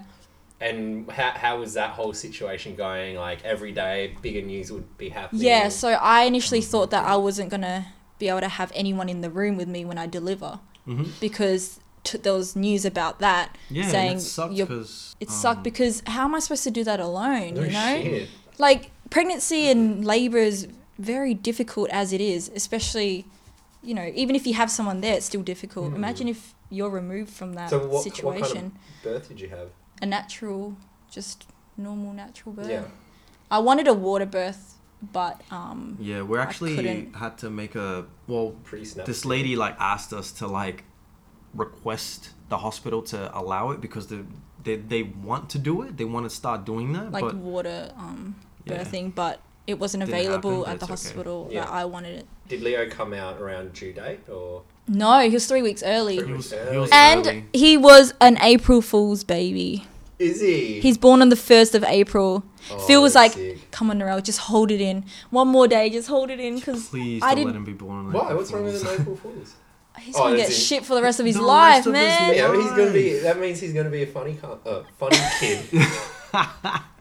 Speaker 1: And how, how was that whole situation going? Like every day, bigger news would be happening.
Speaker 2: Yeah, so I initially thought that I wasn't going to be able to have anyone in the room with me when I deliver
Speaker 3: Mhm.
Speaker 2: because t- there was news about that
Speaker 3: Yeah, and
Speaker 2: saying
Speaker 3: it um, sucked
Speaker 2: you're-
Speaker 3: because
Speaker 2: it sucked because how am I supposed to do that alone,
Speaker 1: Mm. no
Speaker 2: you know?
Speaker 1: shit.
Speaker 2: Like pregnancy and labor is very difficult as it is, especially you know, even if you have someone there, it's still difficult. Imagine if you're removed from that
Speaker 1: Mm. So what,
Speaker 2: situation.
Speaker 1: what kind of birth did you have?
Speaker 2: A natural just normal natural birth.
Speaker 1: Yeah.
Speaker 2: I wanted a water birth, but um
Speaker 3: Yeah, we're actually
Speaker 2: couldn't.
Speaker 3: had to make a well.
Speaker 1: Pretty snap.
Speaker 3: This lady like asked us to like request the hospital to allow it because they they, they want to do it. They want to start doing that,
Speaker 2: like
Speaker 3: but
Speaker 2: water um
Speaker 3: Yeah.
Speaker 2: birthing, but it wasn't
Speaker 3: Didn't
Speaker 2: available
Speaker 3: happen,
Speaker 2: at the
Speaker 3: but it's okay.
Speaker 2: hospital
Speaker 1: Yeah.
Speaker 2: that I wanted it.
Speaker 1: Did Leo come out around due date or?
Speaker 2: No, he was three weeks early.
Speaker 1: Three
Speaker 3: he
Speaker 1: weeks.
Speaker 3: was, he was
Speaker 2: and
Speaker 3: early.
Speaker 2: he was an April Fool's baby.
Speaker 1: Is he?
Speaker 2: He's born on the 1st of April.
Speaker 1: Oh,
Speaker 2: Phil was like,
Speaker 1: that's sick.
Speaker 2: come on, Narelle, just hold it in. One more day, just hold it in because
Speaker 3: Please
Speaker 2: I
Speaker 3: don't let
Speaker 2: didn't.
Speaker 3: him be born. Like
Speaker 1: Why?
Speaker 3: that,
Speaker 1: What's wrong with
Speaker 3: please.
Speaker 1: an April Fool's?
Speaker 2: He's
Speaker 1: Oh,
Speaker 2: going to
Speaker 1: that's
Speaker 2: get
Speaker 1: it.
Speaker 2: shit for the rest of his
Speaker 3: The
Speaker 2: life,
Speaker 3: rest of his
Speaker 2: man.
Speaker 3: life.
Speaker 1: Yeah, but he's gonna be. That means he's gonna be a funny, con- uh, funny kid.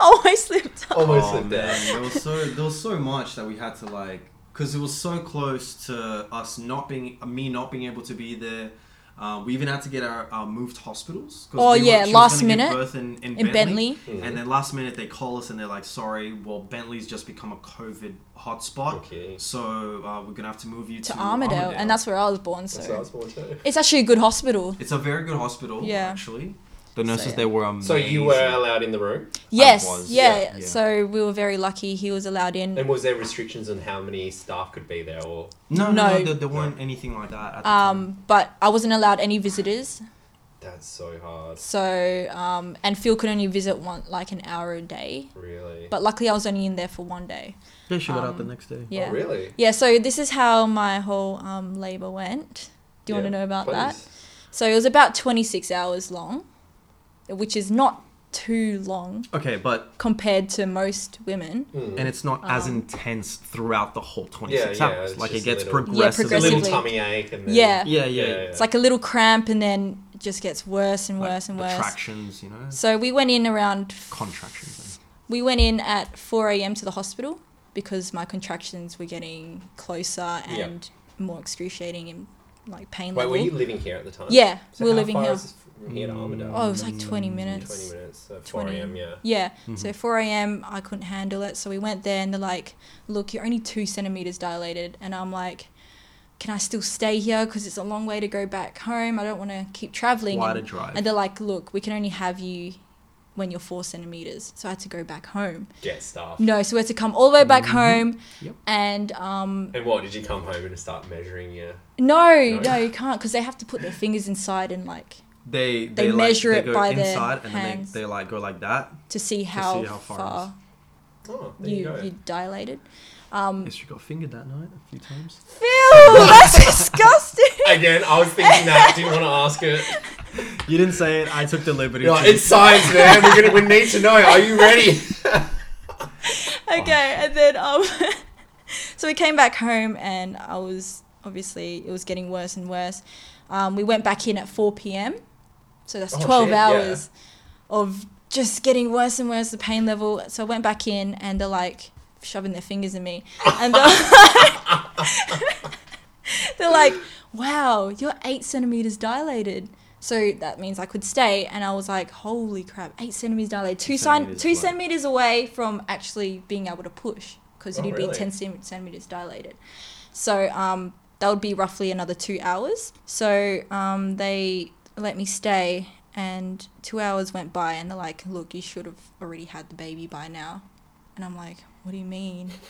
Speaker 2: oh, I slipped up.
Speaker 1: Almost
Speaker 3: Oh,
Speaker 1: slipped
Speaker 3: man.
Speaker 1: out.
Speaker 3: there was so there was so much that we had to like because it was so close to us not being me not being able to be there. Uh, we even had to get our, our moved hospitals. 'cause
Speaker 2: Oh,
Speaker 3: we
Speaker 2: yeah,
Speaker 3: she was
Speaker 2: last
Speaker 3: gonna give
Speaker 2: minute
Speaker 3: birth in, in,
Speaker 2: in
Speaker 3: Bentley,
Speaker 2: Bentley.
Speaker 3: and then last minute they call us and they're like, "Sorry, well Bentley's just become a COVID hotspot,
Speaker 1: Okay.
Speaker 3: so uh, we're gonna have to move you to,
Speaker 2: To Armadale, and that's where I was born, so.
Speaker 1: That's what I was born to.
Speaker 2: It's actually a good hospital.
Speaker 3: It's a very good hospital,
Speaker 2: Yeah.
Speaker 3: actually. The
Speaker 2: nurses yeah.
Speaker 3: there were amazing.
Speaker 1: So you were allowed in the room,
Speaker 2: Yes,
Speaker 3: was,
Speaker 2: yeah.
Speaker 3: yeah, yeah.
Speaker 2: So we were very lucky. He was allowed in.
Speaker 1: and was there restrictions on how many staff could be there, or
Speaker 3: no, no, no,
Speaker 2: No.
Speaker 3: there, there weren't anything like that. At the time.
Speaker 2: um, but I wasn't allowed any visitors.
Speaker 1: that's so hard,
Speaker 2: So um, and Phil could only visit one like an hour a day.
Speaker 1: really.
Speaker 2: But luckily, I was only in there for one day.
Speaker 3: They should
Speaker 2: got out the um,
Speaker 3: next day.
Speaker 2: Yeah.
Speaker 1: Oh, really?
Speaker 2: Yeah. So this is how my whole um, labor went. Do you want to know about that? So it was about 26 hours long, which is not too long
Speaker 3: Okay, but
Speaker 2: compared to most women.
Speaker 3: and it's not as
Speaker 2: Um,
Speaker 3: intense throughout the whole 26
Speaker 1: yeah,
Speaker 3: hours.
Speaker 1: it's
Speaker 3: Like it
Speaker 1: just
Speaker 3: gets
Speaker 1: a little-
Speaker 2: Yeah,
Speaker 3: progressively.
Speaker 1: A little tummy
Speaker 2: Progressively.
Speaker 1: ache, and then
Speaker 2: Yeah.
Speaker 3: Yeah, yeah.
Speaker 2: It's like a little cramp, and then it just gets worse and worse and worse.
Speaker 3: Contractions, you know,
Speaker 2: So we went in around
Speaker 3: contractions.
Speaker 2: We went in at 4 a.m. to the hospital because my contractions were getting closer
Speaker 1: Yeah.
Speaker 2: and more excruciating and like pain
Speaker 1: Wait,
Speaker 2: level.
Speaker 1: were you living here at the time?
Speaker 2: Yeah,
Speaker 1: So
Speaker 2: we were
Speaker 1: how
Speaker 2: living
Speaker 1: far
Speaker 2: here.
Speaker 1: is this from here to Armadale.
Speaker 2: Oh, it was like 20 minutes.
Speaker 1: 20 minutes. uh, So 4
Speaker 2: 20.
Speaker 1: a.m. Yeah.
Speaker 2: Yeah. So 4 a.m. I couldn't handle it, so we went there and they're like, "Look, you're only two centimeters dilated," and I'm like, "Can I still stay here? Because it's a long way to go back home. I don't want to keep traveling."
Speaker 3: Quite a
Speaker 2: and,
Speaker 3: Mm-hmm. drive.
Speaker 2: and they're like, "Look, we can only have you when you're four centimeters." So I had to go back home.
Speaker 1: Get stuff.
Speaker 2: No, so we had to come all the way back
Speaker 1: Mm-hmm.
Speaker 2: home.
Speaker 3: Yep.
Speaker 2: And um,
Speaker 1: And what did you come home and start measuring your?
Speaker 2: no,
Speaker 1: No.
Speaker 2: no, you can't because they have to put their fingers inside and like
Speaker 3: They,
Speaker 2: They
Speaker 3: they, like,
Speaker 2: measure
Speaker 3: they
Speaker 2: it
Speaker 3: go
Speaker 2: by their
Speaker 3: inside and then
Speaker 2: hands.
Speaker 3: they, they like go like that.
Speaker 2: to see how,
Speaker 3: how far
Speaker 2: far,
Speaker 3: it is.
Speaker 1: Oh, there you,
Speaker 2: you,
Speaker 1: go.
Speaker 2: you dilated. Um,
Speaker 3: Yes, you got fingered that night a few times.
Speaker 2: Phil, that's disgusting.
Speaker 1: Again, I was thinking that. Didn't want to ask it.
Speaker 3: You didn't say it. I took the liberty.
Speaker 1: You're like,
Speaker 3: to-
Speaker 1: it's science, man. We're gonna, we need to know. Are you ready?
Speaker 2: Okay, and then um, so we came back home, and I was obviously it was getting worse and worse. Um, we went back in at four p.m., so that's
Speaker 1: Oh,
Speaker 2: twelve
Speaker 1: shit, yeah.
Speaker 2: hours of just getting worse and worse the pain level. So I went back in, and they're like shoving their fingers in me, and they're they're like, "Wow, you're eight centimeters dilated." So that means I could stay, and I was like, "Holy crap, eight centimeters dilated, two, sign,
Speaker 3: centimeters
Speaker 2: two
Speaker 3: away.
Speaker 2: centimeters away from actually being able to push because
Speaker 1: Oh,
Speaker 2: you'd
Speaker 1: really?
Speaker 2: be ten cent- centimeters dilated." So um, that would be roughly another two hours. So um, they let me stay, and two hours went by, and they're like, "Look, you should have already had the baby by now," and I'm like, "What do you mean?"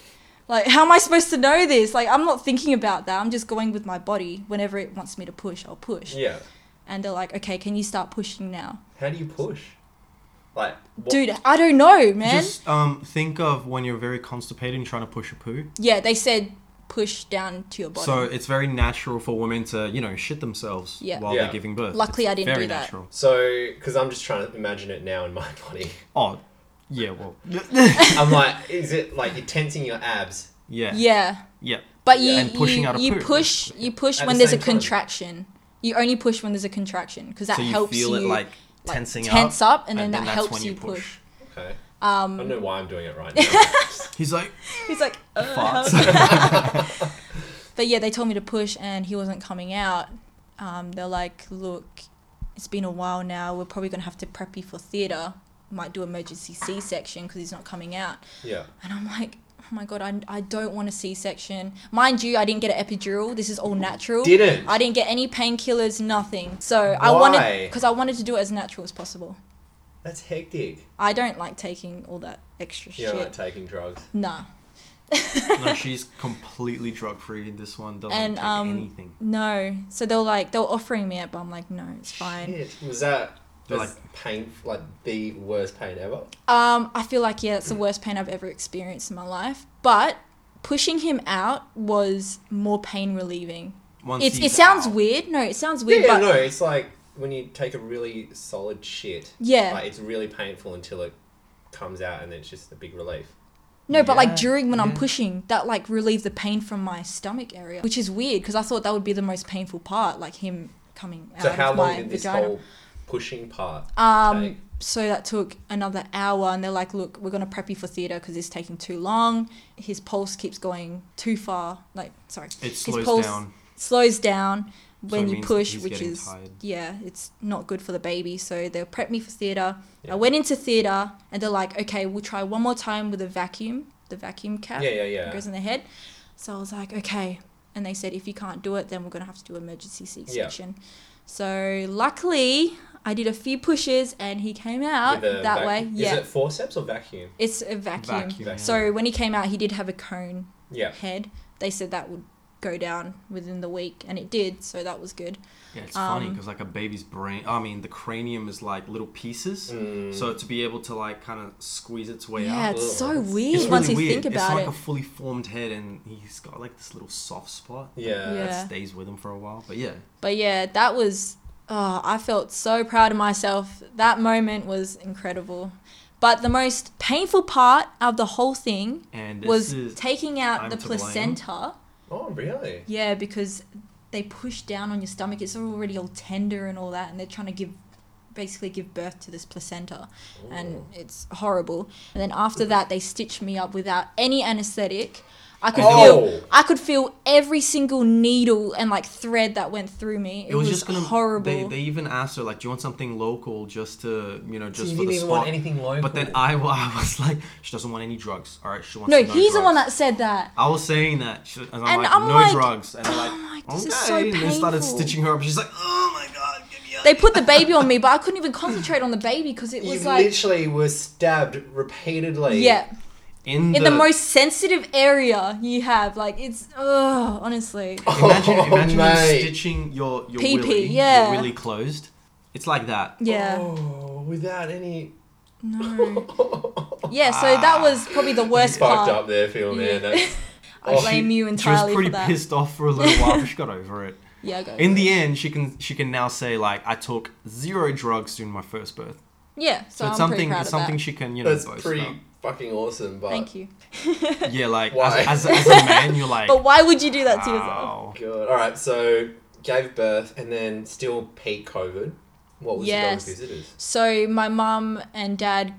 Speaker 2: Like, how am I supposed to know this? Like, I'm not thinking about that. I'm just going with my body. Whenever it wants me to push, I'll push.
Speaker 1: yeah.
Speaker 2: And they're like, okay, can you start pushing now?
Speaker 1: How do you push? Like, what-
Speaker 2: Dude, I don't know, man.
Speaker 3: Just um, think of when you're very constipated and trying to push a poo.
Speaker 2: Yeah, they said push down to your body.
Speaker 3: So it's very natural for women to, you know, shit themselves
Speaker 2: Yeah.
Speaker 3: while
Speaker 1: Yeah.
Speaker 3: they're giving birth.
Speaker 2: Luckily, I didn't
Speaker 3: very
Speaker 2: do that.
Speaker 3: natural.
Speaker 1: So, because I'm just trying to imagine it now in my body.
Speaker 3: Oh, yeah. Well,
Speaker 1: I'm like, is it like you're tensing your abs?
Speaker 3: yeah, yeah,
Speaker 2: yeah, but you
Speaker 3: And pushing
Speaker 2: you,
Speaker 3: out a
Speaker 2: you
Speaker 3: poo.
Speaker 2: push you push
Speaker 1: At
Speaker 2: when
Speaker 1: the
Speaker 2: there's a
Speaker 1: same time.
Speaker 2: contraction. You only push when there's a contraction because that
Speaker 3: So you
Speaker 2: helps
Speaker 3: feel
Speaker 2: you
Speaker 3: it like
Speaker 2: like,
Speaker 3: tensing
Speaker 2: tense
Speaker 3: up,
Speaker 2: up, and then that
Speaker 3: that's
Speaker 2: helps
Speaker 3: when
Speaker 2: you push.
Speaker 1: Okay. I don't
Speaker 2: Um,
Speaker 1: know why I'm doing it right now.
Speaker 3: He's like,
Speaker 2: he's like, uh,
Speaker 3: Farts.
Speaker 2: help. but yeah, they told me to push, and he wasn't coming out. Um, they're like, look, it's been a while now. We're probably gonna have to prep you for theatre. Might do emergency C-section because he's not coming out.
Speaker 1: yeah.
Speaker 2: And I'm like, oh my god, I, I don't want a C-section. Mind you, I didn't get an epidural. This is all natural.
Speaker 1: Didn't?
Speaker 2: I didn't get any painkillers, nothing. So I
Speaker 1: Why?
Speaker 2: wanted because I wanted to do it as natural as possible.
Speaker 1: That's hectic.
Speaker 2: I don't like taking all that extra
Speaker 1: You know, like
Speaker 2: shit.
Speaker 1: taking drugs.
Speaker 2: Nah.
Speaker 3: no, she's completely drug free. This one doesn't
Speaker 2: And,
Speaker 3: take
Speaker 2: um,
Speaker 3: anything.
Speaker 2: No. So they were like they were offering me it, but I'm like, no, it's fine.
Speaker 1: Shit. Was that
Speaker 3: They're
Speaker 1: that's pain? Like the worst pain ever.
Speaker 2: Um, I feel like yeah, it's the worst pain I've ever experienced in my life. But pushing him out was more pain relieving.
Speaker 3: Once
Speaker 2: um, It's, it
Speaker 3: he's
Speaker 2: sounds
Speaker 3: out.
Speaker 2: weird. No, it sounds
Speaker 1: Yeah,
Speaker 2: weird,
Speaker 1: yeah,
Speaker 2: but
Speaker 1: no. It's like when you take a really solid shit.
Speaker 2: Yeah.
Speaker 1: Like it's really painful until it comes out, and then it's just a big relief.
Speaker 2: No, but
Speaker 3: Yeah,
Speaker 2: like during when I'm
Speaker 3: yeah.
Speaker 2: pushing, that like relieves the pain from my stomach area, which is weird because I thought that would be the most painful part, like him coming out
Speaker 1: So
Speaker 2: of
Speaker 1: how
Speaker 2: my
Speaker 1: long did this
Speaker 2: vagina.
Speaker 1: whole pushing part?
Speaker 2: um,
Speaker 1: take?
Speaker 2: so that took another hour, and they're like, "Look, we're gonna prep you for theater because it's taking too long. His pulse keeps going too far. Like, sorry,
Speaker 3: It
Speaker 2: his
Speaker 3: slows
Speaker 2: pulse
Speaker 3: down.
Speaker 2: slows down
Speaker 3: So
Speaker 2: when
Speaker 3: it
Speaker 2: you
Speaker 3: means
Speaker 2: push,
Speaker 3: he's
Speaker 2: which
Speaker 3: getting
Speaker 2: is
Speaker 3: tired.
Speaker 2: yeah, it's not good for the baby. So they prep me for theater.
Speaker 1: Yeah.
Speaker 2: I went into theater, and they're like, "Okay, we'll try one more time with a vacuum, the vacuum cap."
Speaker 1: Yeah, yeah,
Speaker 2: It
Speaker 1: yeah.
Speaker 2: goes in the head. So I was like, okay. And they said, if you can't do it, then we're going to have to do emergency C section. So luckily, I did a few pushes and he came out
Speaker 1: With a
Speaker 2: that
Speaker 1: vac-
Speaker 2: way. Yeah.
Speaker 1: Is it forceps or vacuum?
Speaker 2: it's a vacuum.
Speaker 3: Vacuum, yeah.
Speaker 2: So when he came out, he did have a cone
Speaker 1: Yeah.
Speaker 2: head. They said that would go down within the week and it did. So that was good.
Speaker 3: Yeah, it's funny
Speaker 2: Um,
Speaker 3: because like a baby's brain, I mean, the cranium is like little pieces.
Speaker 1: Mm.
Speaker 3: So to be able to like kind of squeeze its way
Speaker 2: yeah,
Speaker 3: out,
Speaker 2: it's
Speaker 1: Ugh.
Speaker 2: so
Speaker 1: It's
Speaker 2: weird once you think
Speaker 3: it's
Speaker 2: about
Speaker 3: like
Speaker 2: it.
Speaker 3: a fully formed head, and he's got like this little soft spot.
Speaker 1: Yeah.
Speaker 2: Yeah.
Speaker 3: that stays with him for a while. But yeah,
Speaker 2: But yeah, that was. Oh, I felt so proud of myself. That moment was incredible. But the most painful part of the whole thing
Speaker 3: and this
Speaker 2: was
Speaker 3: is
Speaker 2: taking out
Speaker 3: I'm
Speaker 2: the
Speaker 3: to blame.
Speaker 2: placenta.
Speaker 1: Oh, really?
Speaker 2: Yeah, because they push down on your stomach. It's already all tender and all that, and they're trying to give, basically give birth to this placenta,
Speaker 3: Oh.
Speaker 2: and it's horrible. And then after that, they stitched me up without any anesthetic. I could
Speaker 1: Oh.
Speaker 2: feel I could feel every single needle and like thread that went through me. It,
Speaker 3: It was, just gonna
Speaker 2: horrible.
Speaker 3: They, they even asked her like, "Do you want something local just to you know just
Speaker 1: you
Speaker 3: for
Speaker 1: didn't
Speaker 3: the
Speaker 1: even
Speaker 3: spot?"
Speaker 1: want anything local.
Speaker 3: But then I, wa- I was like, "She doesn't want any drugs. All right, she wants
Speaker 2: no,
Speaker 3: no
Speaker 2: he's the one
Speaker 3: drugs."
Speaker 2: that said that.
Speaker 3: I was saying that, she, and I'm
Speaker 2: And
Speaker 3: like,
Speaker 2: I'm
Speaker 3: "No
Speaker 2: like,
Speaker 3: drugs," and they're like,
Speaker 2: my-
Speaker 3: "Okay,"
Speaker 2: this is so
Speaker 3: and they started
Speaker 2: painful.
Speaker 3: stitching her up. She's like, "Oh my god, give me." a-"
Speaker 2: They put the baby on me, but I couldn't even concentrate on the baby because it
Speaker 1: you
Speaker 2: was like
Speaker 1: literally were stabbed repeatedly.
Speaker 2: yeah,
Speaker 3: in,
Speaker 2: in the most sensitive area you have. Like it's ugh, honestly.
Speaker 3: Imagine,
Speaker 2: Oh
Speaker 3: imagine you
Speaker 1: Oh, mate.
Speaker 3: stitching your your
Speaker 2: Pee-pee,
Speaker 3: willy,
Speaker 2: yeah.
Speaker 3: your willy closed. It's like that.
Speaker 2: Yeah.
Speaker 1: Oh, without any.
Speaker 2: No. Yeah, so
Speaker 3: Ah.
Speaker 2: that was probably the worst
Speaker 1: Fucked
Speaker 2: part.
Speaker 1: up there, Phil,
Speaker 2: Yeah.
Speaker 1: man. That's-
Speaker 2: I blame you
Speaker 3: Oh, She was
Speaker 2: entirely
Speaker 3: pretty
Speaker 2: for that.
Speaker 3: pissed off for a little while, but she got over it.
Speaker 2: Yeah, I go.
Speaker 3: In the end, she can she can now say like, "I took zero drugs during my first birth."
Speaker 2: yeah, so,
Speaker 3: So
Speaker 2: I'm
Speaker 3: it's
Speaker 2: pretty
Speaker 3: something
Speaker 2: proud
Speaker 3: it's
Speaker 2: of
Speaker 3: something
Speaker 2: that.
Speaker 3: she can you know
Speaker 1: that's
Speaker 3: boast
Speaker 1: pretty
Speaker 3: about.
Speaker 1: fucking awesome, but.
Speaker 2: Thank you.
Speaker 3: Yeah, like
Speaker 1: Why?
Speaker 3: as, as, as a man, you're like,
Speaker 2: But why would you do that to yourself?
Speaker 3: wow.
Speaker 1: God. All right, so gave birth and then still peak COVID. What was
Speaker 2: Yes.
Speaker 1: the dog visitors?
Speaker 2: So my mum and dad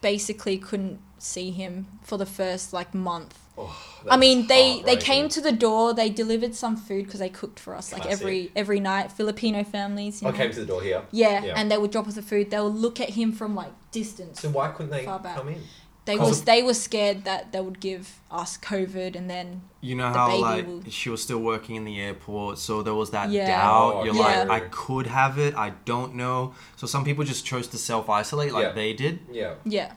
Speaker 2: basically couldn't see him for the first like month.
Speaker 1: Oh,
Speaker 2: I
Speaker 1: that's
Speaker 2: mean, they they came
Speaker 1: heartbreaking.
Speaker 2: to the door. They delivered some food because they cooked for us like
Speaker 1: Classic.
Speaker 2: every every night. Filipino families, you
Speaker 1: I
Speaker 2: know.
Speaker 1: Oh, came to the door here.
Speaker 2: yeah,
Speaker 1: Yeah.
Speaker 2: and they would drop us the food. They would look at him from like distance.
Speaker 1: So why couldn't they
Speaker 2: Far back.
Speaker 1: come in?
Speaker 2: They
Speaker 3: Cause
Speaker 2: was
Speaker 3: of-
Speaker 2: they were scared that they would give us COVID, and then
Speaker 3: You know
Speaker 2: The
Speaker 3: how
Speaker 2: baby
Speaker 3: like
Speaker 2: will-
Speaker 3: she was still working in the airport, so there was that
Speaker 2: Yeah.
Speaker 3: doubt.
Speaker 1: Oh,
Speaker 3: You're
Speaker 2: Yeah.
Speaker 3: like, I could have it. I don't know. So some people just chose to self isolate, like
Speaker 1: Yeah.
Speaker 3: they did.
Speaker 1: Yeah,
Speaker 2: yeah.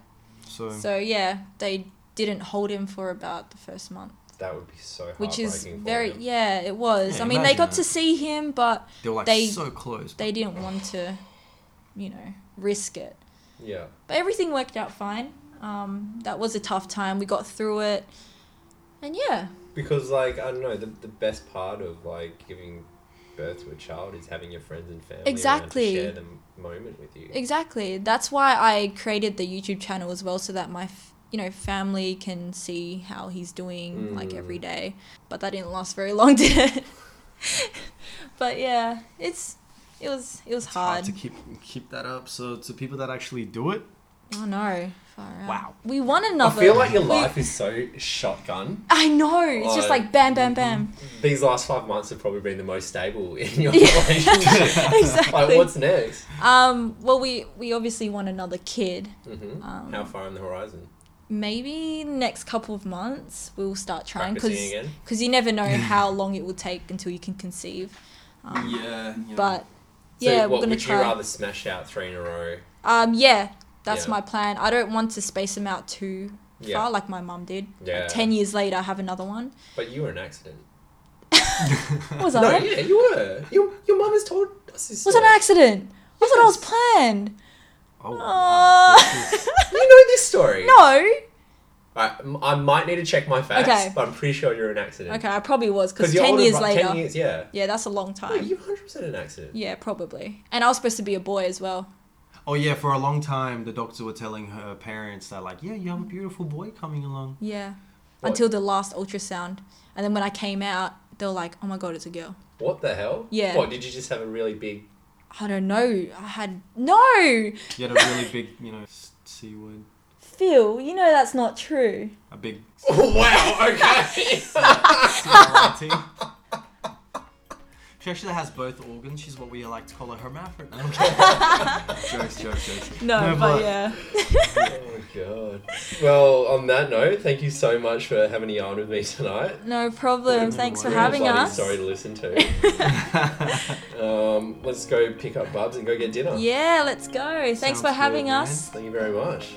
Speaker 3: So,
Speaker 1: Um,
Speaker 2: So yeah, they didn't hold him for about the first month,
Speaker 1: that would be so.
Speaker 2: which is
Speaker 1: heartbreaking for
Speaker 2: very e-
Speaker 1: them.
Speaker 2: yeah, it was.
Speaker 3: Yeah,
Speaker 2: I mean, they got
Speaker 3: imagine
Speaker 2: to
Speaker 3: that.
Speaker 2: see him, but
Speaker 3: they were like
Speaker 2: they-
Speaker 3: so close.
Speaker 2: they didn't want to, you know, risk it.
Speaker 1: Yeah.
Speaker 2: But everything worked out fine. Um, that was a tough time. We got through it, and yeah,
Speaker 1: Because like I don't know, the, the best part of like giving birth to a child is having your friends and family around
Speaker 2: Exactly.
Speaker 1: to share the m- moment with you.
Speaker 2: exactly. That's why I created the YouTube channel as well, so that my, f- you know, family can see how he's doing like
Speaker 1: Mm.
Speaker 2: every day. But that didn't last very long, did it? but yeah, it's it was it was
Speaker 3: It's
Speaker 2: hard.
Speaker 3: to keep keep that up. So to people that actually do it,
Speaker 2: I know. Far out.
Speaker 3: Wow.
Speaker 2: We won
Speaker 1: I
Speaker 2: another.
Speaker 1: feel like your
Speaker 2: We-
Speaker 1: life is so shotgun.
Speaker 2: I know. It's just
Speaker 1: Oh.
Speaker 2: like bam, bam, bam.
Speaker 1: Mm. These last five months have probably been the most stable in your
Speaker 2: Yeah.
Speaker 1: relationship.
Speaker 2: exactly.
Speaker 1: like, what's next?
Speaker 2: Um, well, we we obviously want another kid.
Speaker 1: hmm
Speaker 2: Um,
Speaker 1: How far on the horizon?
Speaker 2: Maybe next couple of months we'll start trying
Speaker 1: Practicing
Speaker 2: because
Speaker 1: again.
Speaker 2: you never know how long it will take until you can conceive. Um,
Speaker 3: yeah,
Speaker 2: But
Speaker 1: So
Speaker 2: yeah,
Speaker 1: what
Speaker 2: we're gonna
Speaker 1: would
Speaker 2: try.
Speaker 1: you rather smash out three in a row?
Speaker 2: Um, yeah, that's
Speaker 1: Yeah.
Speaker 2: my plan. I don't want to space them out too
Speaker 1: Yeah.
Speaker 2: far like my mum did. Like,
Speaker 1: Yeah.
Speaker 2: Ten years later, I have another one.
Speaker 1: But you were an accident.
Speaker 2: Was
Speaker 1: No,
Speaker 2: I?
Speaker 1: yeah, you were. You, your mum has told us this.
Speaker 2: Was it an
Speaker 1: story.
Speaker 2: accident? I thought I was planned.
Speaker 3: oh, wow.
Speaker 2: Oh.
Speaker 3: This is-
Speaker 1: You know this story.
Speaker 2: no.
Speaker 1: Alright, m- I might need to check my facts,
Speaker 2: Okay.
Speaker 1: but I'm pretty sure you're an accident.
Speaker 2: Okay, I probably was because
Speaker 1: Because you're
Speaker 2: ten
Speaker 1: older,
Speaker 2: years
Speaker 1: bro-
Speaker 2: later.
Speaker 1: Ten years, yeah.
Speaker 2: Yeah, that's a long
Speaker 1: No,
Speaker 2: time.
Speaker 1: you 100% an accident.
Speaker 2: Yeah, probably. And I was supposed to be a boy as well.
Speaker 3: oh yeah, for a long time the doctors were telling her parents that like, yeah, you have a beautiful boy coming along.
Speaker 2: Yeah.
Speaker 1: What?
Speaker 2: Until the last ultrasound. And then when I came out, they were like, oh my god, it's a girl.
Speaker 1: What the hell?
Speaker 2: Yeah.
Speaker 1: What, did you just have a really big.
Speaker 2: I don't know. I had. No!
Speaker 3: You had a really big, you know, s- c word,
Speaker 2: Phil, you know that's not true.
Speaker 3: a big
Speaker 1: Oh, wow, okay. Oh
Speaker 3: Similarity. She actually has both organs. She's what we like to call a hermaphrodite. jokes, jokes, jokes.
Speaker 2: No,
Speaker 3: No,
Speaker 2: but,
Speaker 3: but-
Speaker 2: yeah.
Speaker 1: oh, God. Well, on that note, thank you so much for having a yarn with me tonight.
Speaker 2: No problem. Thanks for
Speaker 3: Really
Speaker 1: Really
Speaker 2: having
Speaker 1: bloody
Speaker 2: us.
Speaker 1: Sorry to listen to. um, let's go pick up Bubs and go get dinner.
Speaker 2: Yeah, let's go. Thanks
Speaker 3: Sounds
Speaker 2: for having
Speaker 3: good, man.
Speaker 2: us.
Speaker 1: Thank you very much.